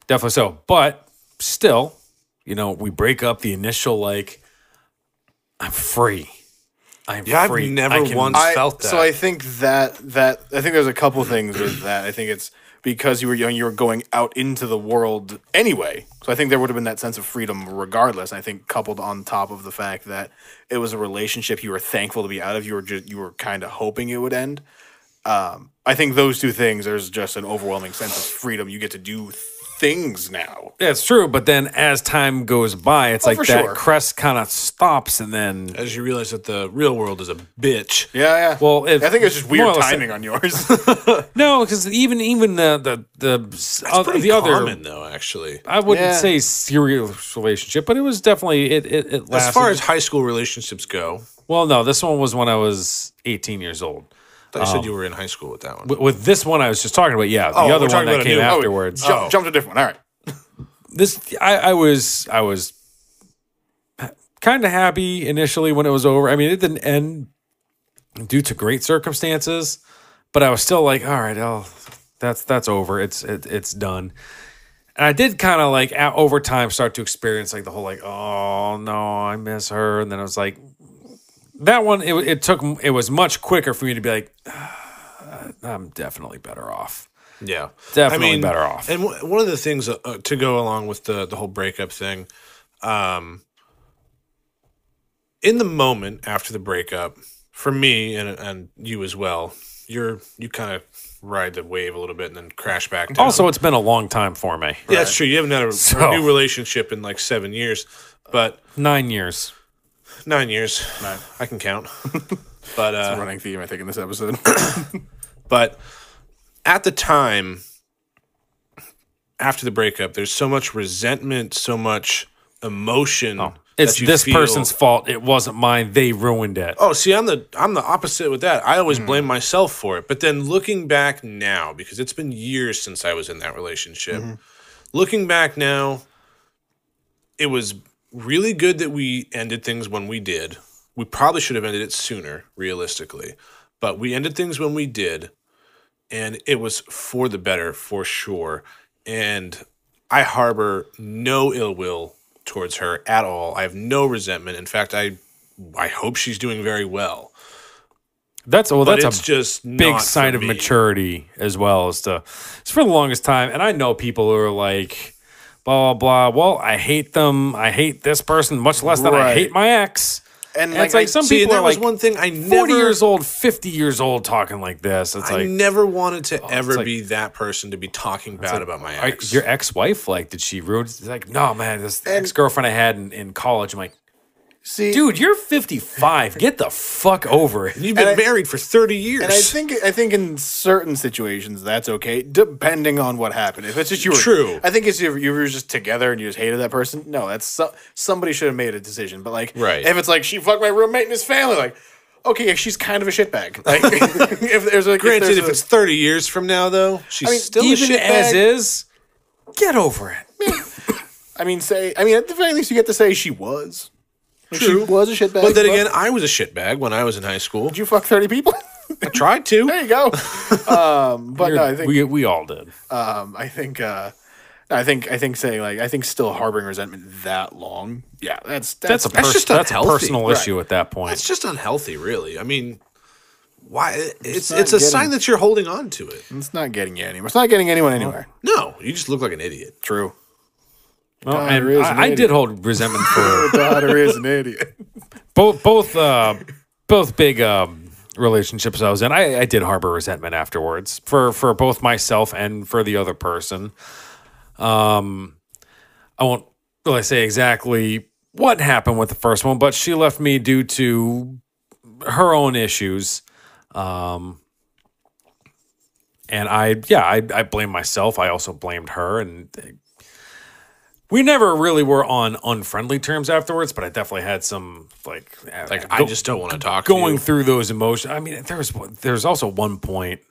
[SPEAKER 1] Definitely so. But still, you know, we break up the initial like I'm free. I'm
[SPEAKER 3] Yeah, I've
[SPEAKER 1] free.
[SPEAKER 3] never
[SPEAKER 1] I can-
[SPEAKER 3] once-
[SPEAKER 1] I-
[SPEAKER 3] felt
[SPEAKER 4] So
[SPEAKER 3] that.
[SPEAKER 4] I think that that I think there's a couple things with that. I think it's because you were young, you were going out into the world anyway. So I think there would have been that sense of freedom regardless. I think coupled on top of the fact that it was a relationship you were thankful to be out of, you were just you were kind of hoping it would end. Um, I think those two things. There's just an overwhelming sense of freedom. You get to do things now.
[SPEAKER 1] Yeah, it's true. But then as time goes by, it's like
[SPEAKER 4] Oh, for
[SPEAKER 1] that
[SPEAKER 4] sure.
[SPEAKER 1] crest kind of stops, and then
[SPEAKER 3] As you realize that the real world is a bitch.
[SPEAKER 4] Yeah, yeah.
[SPEAKER 1] Well, if-
[SPEAKER 4] I think it's just
[SPEAKER 1] more
[SPEAKER 4] weird
[SPEAKER 1] or less-
[SPEAKER 4] timing on yours.
[SPEAKER 1] no, because even even the the the uh,
[SPEAKER 3] Pretty
[SPEAKER 1] the other.
[SPEAKER 3] common though, actually.
[SPEAKER 1] I wouldn't
[SPEAKER 4] Yeah.
[SPEAKER 1] say serious relationship, but it was definitely it. It, it lasted.
[SPEAKER 3] As far as high school relationships go,
[SPEAKER 1] well, no, this one was when I was 18 years old.
[SPEAKER 3] I thought you
[SPEAKER 1] Oh.
[SPEAKER 3] said you were in high school with that one.
[SPEAKER 1] With, with this one I was just talking about, yeah, the
[SPEAKER 3] Oh, we're
[SPEAKER 1] other one
[SPEAKER 3] talking
[SPEAKER 1] that
[SPEAKER 3] about a
[SPEAKER 1] came
[SPEAKER 3] new- oh,
[SPEAKER 1] afterwards.
[SPEAKER 4] Jump, jumped a different one. All right.
[SPEAKER 1] this I, I was I was kind of happy initially when it was over. I mean, it didn't end due to great circumstances, but I was still like, all right, I'll, that's that's over. It's it, it's done. And I did kind of like at, over time start to experience like the whole like, oh no, I miss her, and then I was like, that one it, it took it was much quicker for me to be like, "Ah, I'm definitely better off.
[SPEAKER 3] Yeah,
[SPEAKER 1] Definitely better off.
[SPEAKER 3] And w- one of the things uh, uh, to go along with the the whole breakup thing, um, in the moment after the breakup, for me and and you as well, you're you kind of ride the wave a little bit and then crash back. Down.
[SPEAKER 1] Also, it's been a long time for me,
[SPEAKER 3] yeah, that's true. You haven't had a, a
[SPEAKER 1] So-
[SPEAKER 3] new relationship in like seven years, but
[SPEAKER 1] nine years.
[SPEAKER 3] nine years. I can count. but uh,
[SPEAKER 4] Running theme, I think, in this episode.
[SPEAKER 3] But at the time, after the breakup, there's so much resentment, so much emotion.
[SPEAKER 1] Oh. It's
[SPEAKER 3] that you
[SPEAKER 1] this
[SPEAKER 3] feel-
[SPEAKER 1] person's fault. It wasn't mine. They ruined it.
[SPEAKER 3] Oh, see, I'm the I'm the opposite with that. I always blame myself for it. But then looking back now, because it's been years since I was in that relationship, looking back now, it was really good that we ended things when we did. We probably should have ended it sooner, realistically. But we ended things when we did, and it was for the better for sure. And I harbor no ill will towards her at all. I have no resentment. In fact, I I hope she's doing very well.
[SPEAKER 1] That's well.
[SPEAKER 3] But
[SPEAKER 1] That's
[SPEAKER 3] it's
[SPEAKER 1] a
[SPEAKER 3] just
[SPEAKER 1] big
[SPEAKER 3] not
[SPEAKER 1] sign
[SPEAKER 3] for
[SPEAKER 1] of
[SPEAKER 3] me.
[SPEAKER 1] maturity as well as to. It's for the longest time, and I know people who are like, blah blah blah. Well, I hate them. I hate this person much less than I
[SPEAKER 4] Right.
[SPEAKER 1] hate my ex.
[SPEAKER 4] And,
[SPEAKER 1] And
[SPEAKER 4] like,
[SPEAKER 1] it's like
[SPEAKER 4] I-
[SPEAKER 1] some
[SPEAKER 3] See, and
[SPEAKER 1] people
[SPEAKER 3] that
[SPEAKER 1] are
[SPEAKER 3] was
[SPEAKER 1] like
[SPEAKER 3] one thing I
[SPEAKER 1] forty
[SPEAKER 3] never-
[SPEAKER 1] years old, fifty years old, talking like this. It's
[SPEAKER 3] I
[SPEAKER 1] like. oh,
[SPEAKER 3] never wanted to ever
[SPEAKER 1] like-
[SPEAKER 3] be that person to be talking bad about my
[SPEAKER 1] "Are-
[SPEAKER 3] ex.
[SPEAKER 1] your ex-wife, like, did she ruin? It's like, no, man, this ex-girlfriend I had in, in college. I'm like,
[SPEAKER 4] See,
[SPEAKER 1] dude, you're 55. Get the fuck over it.
[SPEAKER 3] You've been
[SPEAKER 4] and I-
[SPEAKER 3] married for thirty years.
[SPEAKER 4] And I think I think in certain situations that's okay, depending on what happened. If it's just you were
[SPEAKER 3] True.
[SPEAKER 4] I think it's if you were just together and you just hated that person. No, that's so, somebody should have made a decision. But like,
[SPEAKER 3] Right.
[SPEAKER 4] If it's like she fucked my roommate and his family, like, okay, yeah, she's kind of a shitbag. Like, if there's like,
[SPEAKER 3] Granted,
[SPEAKER 4] there's
[SPEAKER 3] if
[SPEAKER 4] a-
[SPEAKER 3] it's thirty years from now, though, she's
[SPEAKER 4] mean,
[SPEAKER 3] still
[SPEAKER 1] even
[SPEAKER 3] a
[SPEAKER 1] as
[SPEAKER 3] shitbag.
[SPEAKER 1] is, get over it.
[SPEAKER 4] I mean, say, I mean, at the very least, you get to say she was. Like,
[SPEAKER 3] True.
[SPEAKER 4] she was a shitbag.
[SPEAKER 3] But then again, I was a shitbag when I was in high school.
[SPEAKER 4] did you fuck thirty people?
[SPEAKER 3] I tried to.
[SPEAKER 4] there you go. um, but no, I think
[SPEAKER 1] we, we all did.
[SPEAKER 4] Um, I think, uh, I think, I think saying like, I think still harboring resentment that long. Yeah, that's
[SPEAKER 1] That's
[SPEAKER 4] that's,
[SPEAKER 1] a pers-
[SPEAKER 3] just
[SPEAKER 1] that's a
[SPEAKER 3] unhealthy.
[SPEAKER 1] personal
[SPEAKER 4] Right.
[SPEAKER 1] issue at that point.
[SPEAKER 3] It's just unhealthy, really. I mean, why? It's
[SPEAKER 4] not
[SPEAKER 3] it's a
[SPEAKER 4] getting-
[SPEAKER 3] sign that you're holding on to it.
[SPEAKER 4] it's not getting you anywhere. It's not getting anyone anywhere.
[SPEAKER 3] No, you just look like an idiot.
[SPEAKER 4] True.
[SPEAKER 1] Well,
[SPEAKER 4] God,
[SPEAKER 1] and
[SPEAKER 4] it is an
[SPEAKER 1] I, I did
[SPEAKER 4] idiot.
[SPEAKER 1] hold resentment for
[SPEAKER 4] Daughter is an idiot.
[SPEAKER 1] both both uh, both big um, relationships I was in. I, I did harbor resentment afterwards for for both myself and for the other person. Um, I won't really say exactly what happened with the first one, but she left me due to her own issues. Um, and I, yeah, I, I blame myself. I also blamed her, and we never really were on unfriendly terms afterwards, but I definitely had some like
[SPEAKER 3] Like
[SPEAKER 1] go-
[SPEAKER 3] I just don't want to talk.
[SPEAKER 1] going
[SPEAKER 3] to you.
[SPEAKER 1] through those emotions. I mean, there was there's also one point.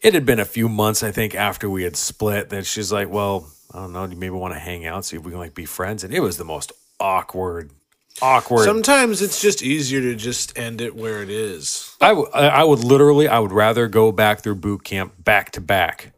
[SPEAKER 1] It had been a few months, I think, after we had split that she's like, "Well, I don't know, do you maybe want to hang out, see if we can like be friends?" And it was the most awkward, awkward.
[SPEAKER 3] Sometimes it's just easier to just end it where it is.
[SPEAKER 1] I, w- I- I would literally, I would rather go back through boot camp back to back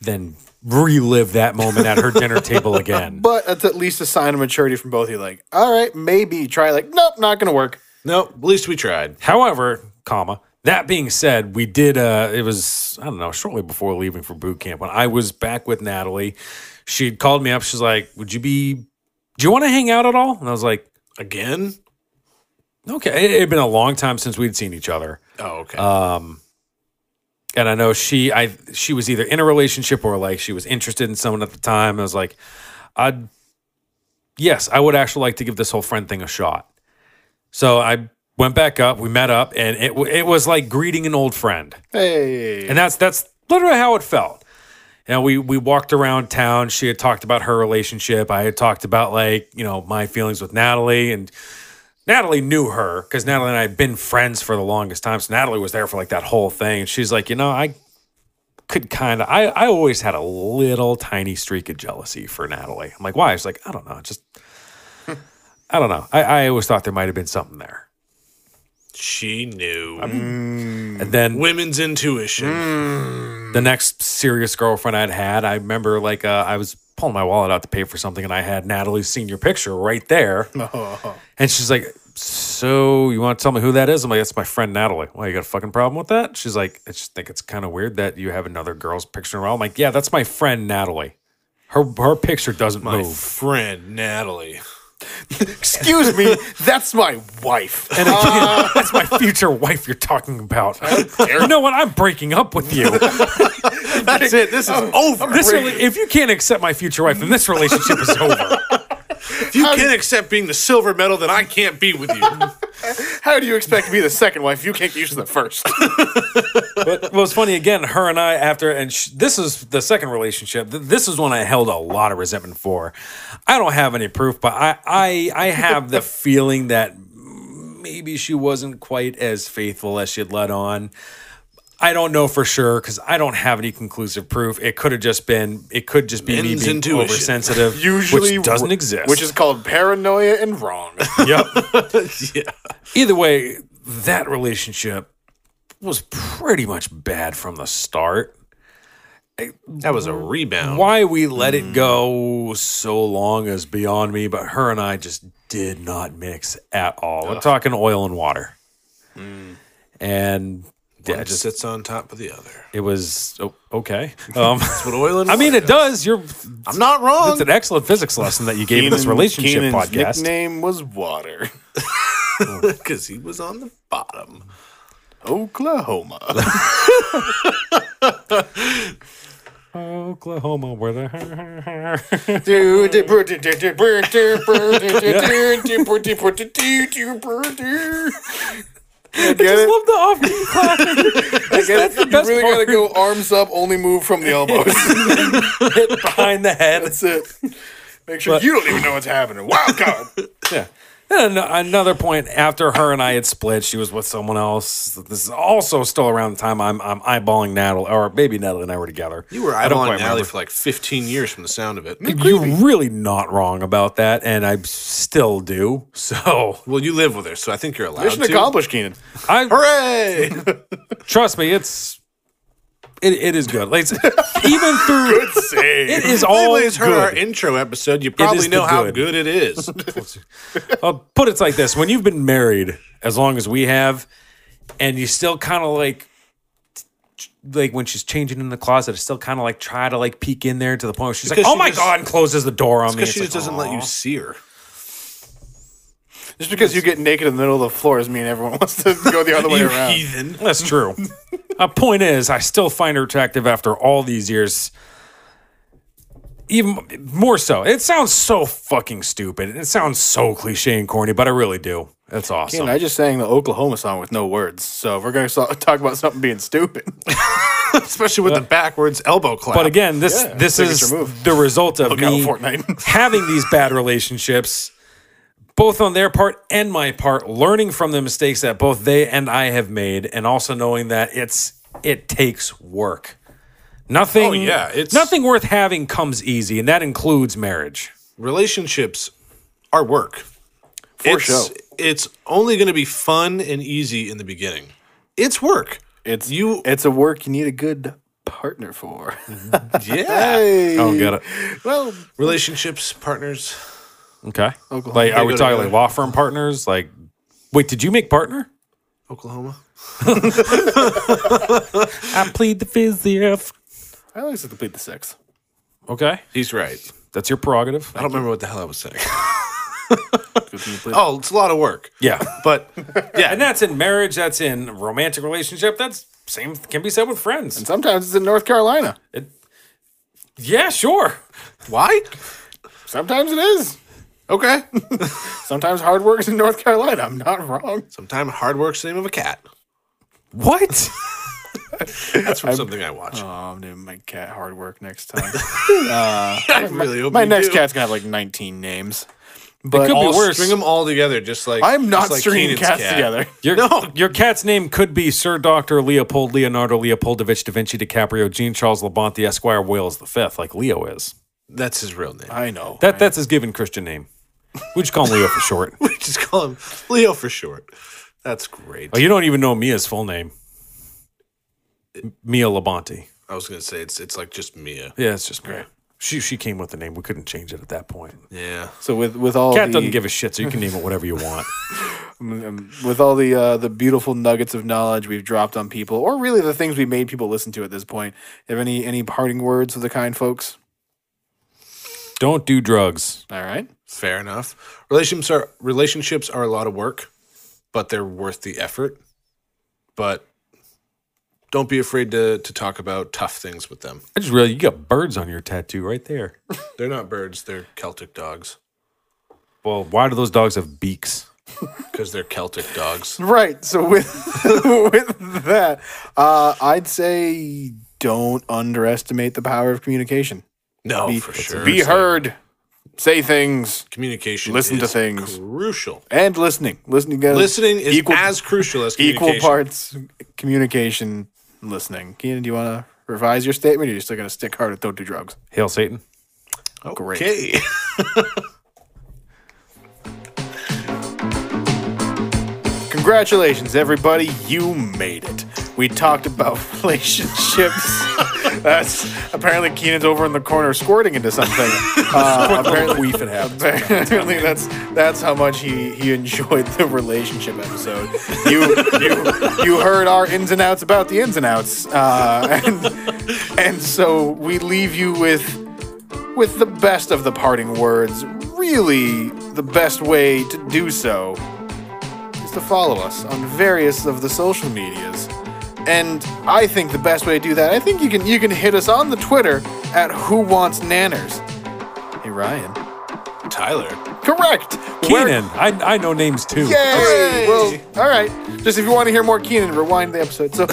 [SPEAKER 1] than relive that moment at her dinner table again.
[SPEAKER 4] But that's at least a sign of maturity from both of you. Like, all right, maybe try. Like, nope, not gonna work.
[SPEAKER 3] No, at least we tried.
[SPEAKER 1] However, comma That being said, we did. Uh, it was I don't know shortly before leaving for boot camp when I was back with Natalie. She called me up. She's like, "Would you be? Do you want to hang out at all?" And I was like,
[SPEAKER 3] Again?
[SPEAKER 1] "Okay." It, it had been a long time since we'd seen each other.
[SPEAKER 3] Oh, okay.
[SPEAKER 1] and I know she I she was either in a relationship or like she was interested in someone at the time. I was like, I'd yes, I would actually like to give this whole friend thing a shot. So I went back up, we met up, and it w- it was like greeting an old friend,
[SPEAKER 4] Hey.
[SPEAKER 1] and that's that's literally how it felt. You know, we we walked around town. She had talked about her relationship. I had talked about like you know my feelings with Natalie and. Natalie knew her because Natalie and I had been friends for the longest time. So Natalie was there for like that whole thing. And she's like, you know, I could kind of, I, I always had a little tiny streak of jealousy for Natalie. I'm like, why? She's like, I don't know. Just, I don't know. I, I always thought there might have been something there.
[SPEAKER 3] she knew.
[SPEAKER 1] And then
[SPEAKER 3] Women's intuition.
[SPEAKER 1] the next serious girlfriend I'd had, I remember like uh, I was pulling my wallet out to pay for something and I had Natalie's senior picture right there. And she's like, So you want to tell me who that is? I'm like, That's my friend Natalie. Well, you got a fucking problem with that? She's like, I just think it's kind of weird that you have another girl's picture in a row. I'm like, Yeah, that's my friend Natalie. Her, her picture doesn't
[SPEAKER 3] My
[SPEAKER 1] move.
[SPEAKER 3] friend, Natalie.
[SPEAKER 4] Excuse me, that's my wife.
[SPEAKER 1] And again, that's my future wife you're talking about. you know what? I'm breaking up with you.
[SPEAKER 5] That's it. This is
[SPEAKER 3] Oh,
[SPEAKER 5] over.
[SPEAKER 1] This really, if you can't accept my future wife, then this relationship is over.
[SPEAKER 3] If you can't accept being the silver medal, then I can't be with you.
[SPEAKER 4] How do you expect to be the second wife? if You can't use the first.
[SPEAKER 1] but what was funny again, her and I after, and sh this is the second relationship. Th- this is one I held a lot of resentment for. I don't have any proof, but I, I, I have the feeling that maybe she wasn't quite as faithful as she had let on. I don't know for sure because I don't have any conclusive proof. It could have just been, it could just be me
[SPEAKER 3] Men's
[SPEAKER 1] being
[SPEAKER 3] intuition.
[SPEAKER 1] oversensitive,
[SPEAKER 4] Usually
[SPEAKER 1] which doesn't exist.
[SPEAKER 4] Which is called paranoia and wrong.
[SPEAKER 1] yep. Either way, that relationship was pretty much bad from the start.
[SPEAKER 3] That was a rebound.
[SPEAKER 1] Why we let it go so long is beyond me, but her and I just did not mix at all. We're talking oil and water. Mm. And yeah,
[SPEAKER 3] One
[SPEAKER 1] just
[SPEAKER 3] sits on top of the other.
[SPEAKER 1] it was oh, okay. Um,
[SPEAKER 3] But oil and
[SPEAKER 1] I mean, it does. You're
[SPEAKER 3] I'm not wrong.
[SPEAKER 1] it's an excellent physics lesson that you gave in this
[SPEAKER 4] Keenan-
[SPEAKER 1] relationship
[SPEAKER 4] Keenan's
[SPEAKER 1] podcast.
[SPEAKER 4] nickname was Water.
[SPEAKER 3] Because he was on the bottom.
[SPEAKER 4] Oklahoma.
[SPEAKER 1] Oklahoma, where the
[SPEAKER 4] Get
[SPEAKER 1] I
[SPEAKER 4] it?
[SPEAKER 1] love the off-key clapping.
[SPEAKER 4] Get it? You
[SPEAKER 1] best
[SPEAKER 4] really gotta
[SPEAKER 1] part.
[SPEAKER 4] go arms up, only move from the elbows.
[SPEAKER 1] hit behind the head.
[SPEAKER 4] That's it. Make sure you don't even know what's happening. Wild card.
[SPEAKER 1] Yeah. Then an- another point after her and I had split, she was with someone else. This is also still around the time I'm I'm eyeballing Natalie, or maybe Natalie and I were together.
[SPEAKER 3] You were
[SPEAKER 1] I don't
[SPEAKER 3] eyeballing
[SPEAKER 1] quite
[SPEAKER 3] Natalie
[SPEAKER 1] remember.
[SPEAKER 3] for like 15 years from the sound of it.
[SPEAKER 1] You're really not wrong about that, and I still do. So
[SPEAKER 3] Well, you live with her, so I think you're allowed
[SPEAKER 4] Mission
[SPEAKER 3] to.
[SPEAKER 4] accomplished, Keenan.
[SPEAKER 1] I
[SPEAKER 3] Hooray!
[SPEAKER 1] trust me, it's it, it is good. Like, it's- even through it is all
[SPEAKER 3] Anyways, heard our
[SPEAKER 1] good.
[SPEAKER 3] intro episode. You probably
[SPEAKER 1] is the
[SPEAKER 3] know how
[SPEAKER 1] good.
[SPEAKER 3] good it is.
[SPEAKER 1] I'll put it like this: when you've been married as long as we have, and you still kind of like, like when she's changing in the closet, I still kind of like try to like peek in there to the point where she's
[SPEAKER 3] Because
[SPEAKER 1] like, "Oh
[SPEAKER 3] she
[SPEAKER 1] my
[SPEAKER 3] just-
[SPEAKER 1] god!" and closes the door on me.
[SPEAKER 3] Because
[SPEAKER 1] It's
[SPEAKER 3] she
[SPEAKER 1] like,
[SPEAKER 3] just doesn't let you
[SPEAKER 1] "Aw."
[SPEAKER 3] see her.
[SPEAKER 4] Just because you get naked in the middle of the floor doesn't mean everyone wants to go the other way
[SPEAKER 3] You
[SPEAKER 4] around.
[SPEAKER 3] heathen.
[SPEAKER 1] That's true. A point is, I still find her attractive after all these years. Even more so. It sounds so fucking stupid. It sounds so cliche and corny, but I really do. That's awesome.
[SPEAKER 4] And I just sang the Oklahoma song with no words. So if we're gonna so- talk about something being stupid,
[SPEAKER 3] Especially with the backwards elbow clap.
[SPEAKER 1] But again, this
[SPEAKER 4] Yeah,
[SPEAKER 1] this
[SPEAKER 4] signature
[SPEAKER 1] is
[SPEAKER 4] move.
[SPEAKER 1] the result of
[SPEAKER 4] Look out,
[SPEAKER 1] me
[SPEAKER 4] Fortnite.
[SPEAKER 1] having these bad relationships, both on their part and my part, learning from the mistakes that both they and I have made, and also knowing that it's it takes work. Nothing.
[SPEAKER 3] Oh, yeah, it's-
[SPEAKER 1] nothing worth having comes easy, and that includes marriage.
[SPEAKER 3] relationships are work. For it's,
[SPEAKER 4] show.
[SPEAKER 3] It's only going to be fun and easy in the beginning. It's work.
[SPEAKER 4] it's
[SPEAKER 3] You-
[SPEAKER 4] It's a work you need a good partner for.
[SPEAKER 3] Yeah.
[SPEAKER 1] Oh, get it.
[SPEAKER 4] well,
[SPEAKER 3] relationships, partners.
[SPEAKER 1] Okay. Like, are we
[SPEAKER 3] They go
[SPEAKER 1] talking
[SPEAKER 3] together.
[SPEAKER 1] like law firm partners? Like, wait, did you make partner?
[SPEAKER 3] Oklahoma.
[SPEAKER 1] I plead the fifth.
[SPEAKER 4] I always like to plead the sixth.
[SPEAKER 1] Okay,
[SPEAKER 3] He's right.
[SPEAKER 1] that's your prerogative.
[SPEAKER 3] I don't remember what the hell I was saying.
[SPEAKER 4] Can you plead-
[SPEAKER 3] oh, it's a lot of work.
[SPEAKER 1] Yeah,
[SPEAKER 3] But yeah,
[SPEAKER 1] and that's in marriage. That's in romantic relationship. That's same can be said with friends.
[SPEAKER 4] Sometimes it's in North Carolina.
[SPEAKER 1] Yeah, sure.
[SPEAKER 3] why?
[SPEAKER 4] Sometimes it is.
[SPEAKER 3] Okay.
[SPEAKER 4] Sometimes hard work is in North Carolina. I'm not wrong.
[SPEAKER 3] Sometime hard work's the name of a cat.
[SPEAKER 1] What?
[SPEAKER 3] That's from something I watch.
[SPEAKER 4] Oh, I'm doing my cat hard work next time.
[SPEAKER 3] I really hope
[SPEAKER 4] my
[SPEAKER 3] you
[SPEAKER 4] next
[SPEAKER 3] do.
[SPEAKER 4] cat's gonna have like 19 names. But
[SPEAKER 1] could be
[SPEAKER 3] All,
[SPEAKER 1] worse.
[SPEAKER 3] String them all together, just like
[SPEAKER 4] I'm not
[SPEAKER 3] just like
[SPEAKER 4] stringing
[SPEAKER 3] Keenan's
[SPEAKER 4] cats
[SPEAKER 3] cat.
[SPEAKER 4] together.
[SPEAKER 1] Your,
[SPEAKER 3] No.
[SPEAKER 1] your cat's name could be Sir Doctor Leopold Leonardo Leopoldovich Da Vinci DiCaprio Jean Charles Labonte Esquire Wales the Fifth, like Leo is.
[SPEAKER 3] That's his real name.
[SPEAKER 4] I know.
[SPEAKER 1] That that's his given Christian name. We just call him Leo for short.
[SPEAKER 3] We just call him Leo for short. That's great.
[SPEAKER 1] Oh, you don't even know Mia's full name. M- Mia Labonte.
[SPEAKER 3] I was gonna say it's it's like just Mia.
[SPEAKER 1] Yeah, it's just great. She she came with the name. We couldn't change it at that point.
[SPEAKER 3] Yeah.
[SPEAKER 4] so with with all
[SPEAKER 1] Cat
[SPEAKER 4] the,
[SPEAKER 1] doesn't give a shit, so you can name it whatever you want.
[SPEAKER 4] um, with all the uh, the beautiful nuggets of knowledge we've dropped on people, or really the things we made people listen to at this point. Have any any parting words of the kind, folks?
[SPEAKER 1] don't do drugs.
[SPEAKER 4] All right.
[SPEAKER 3] Fair enough. Relationships are relationships are a lot of work, but they're worth the effort. But don't be afraid to to talk about tough things with them.
[SPEAKER 1] I just realized you got birds on your tattoo right there.
[SPEAKER 3] They're not birds, they're Celtic dogs.
[SPEAKER 1] Well, why do those dogs have beaks?
[SPEAKER 3] Because they're Celtic dogs.
[SPEAKER 4] Right. So with with that, uh, I'd say don't underestimate the power of communication.
[SPEAKER 3] No,
[SPEAKER 4] Be-
[SPEAKER 3] for sure.
[SPEAKER 4] Be heard. Say things.
[SPEAKER 3] Communication.
[SPEAKER 4] Listen to
[SPEAKER 3] is
[SPEAKER 4] things.
[SPEAKER 3] Crucial.
[SPEAKER 4] And listening. Listening. you gotta-
[SPEAKER 3] Listening is
[SPEAKER 4] Equal-
[SPEAKER 3] as crucial as
[SPEAKER 4] equal
[SPEAKER 3] communication.
[SPEAKER 4] parts communication and listening. Keenan, do you want to revise your statement or are you still going to stick hard with don't do drugs?
[SPEAKER 1] Hail Satan.
[SPEAKER 4] Great.
[SPEAKER 3] Okay.
[SPEAKER 4] Congratulations, everybody. You made it. We talked about relationships. That's apparently Keenan's over in the corner squirting into something. Uh, apparently,
[SPEAKER 1] Weef it happens.
[SPEAKER 4] apparently that's that's how much he, he enjoyed the relationship episode. You you you heard our ins and outs about the ins and outs, uh, and and so we leave you with with the best of the parting words. Really, the best way to do so is to follow us on various of the social medias. And I think the best way to do that, I think you can you can hit us on the Twitter at Who Wants Nanners. Hey Ryan.
[SPEAKER 3] Tyler.
[SPEAKER 4] Correct.
[SPEAKER 1] Keenan. I, I know names too.
[SPEAKER 4] Yay! Well, all right. Just if you want to hear more Keenan, rewind the episode. So,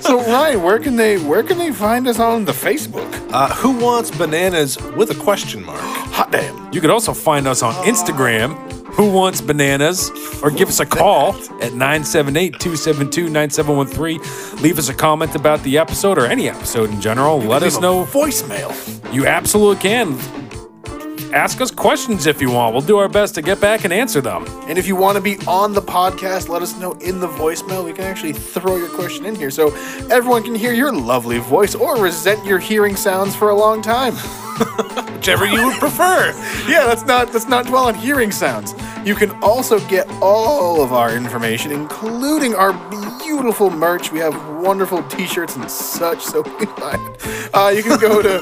[SPEAKER 4] so Ryan, where can they where can they find us on the Facebook?
[SPEAKER 3] Uh, who wants bananas with a question mark?
[SPEAKER 4] Hot damn!
[SPEAKER 1] You could also find us on Instagram, Who Wants Bananas, or give us a call at 978 272 9713. Leave us a comment about the episode or any episode in general. Let us know.
[SPEAKER 4] voicemail.
[SPEAKER 1] You absolutely can. Ask us questions if you want. We'll do our best to get back and answer them.
[SPEAKER 4] And if you want to be on the podcast, let us know in the voicemail. We can actually throw your question in here, so everyone can hear your lovely voice or resent your hearing sounds for a long time.
[SPEAKER 3] Whichever you would prefer.
[SPEAKER 4] yeah, let's not let's not dwell on hearing sounds. You can also get all of our information, including our beautiful merch. We have wonderful T-shirts and such, so you can buy it. Uh, you can go to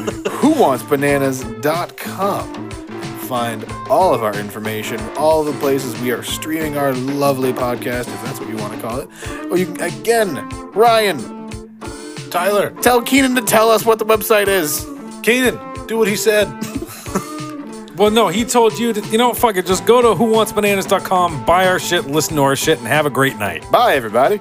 [SPEAKER 4] whowantsbananas.com. Find all of our information, all the places we are streaming our lovely podcast, if that's what you want to call it. Or you can, again, Ryan,
[SPEAKER 3] Tyler.
[SPEAKER 4] tell Keenan to tell us what the website is.
[SPEAKER 3] Keenan, do what he said.
[SPEAKER 1] Well, no, he told you to, you know, fuck it, just go to whowantsbananas.com, buy our shit, listen to our shit, and have a great night.
[SPEAKER 4] Bye, everybody.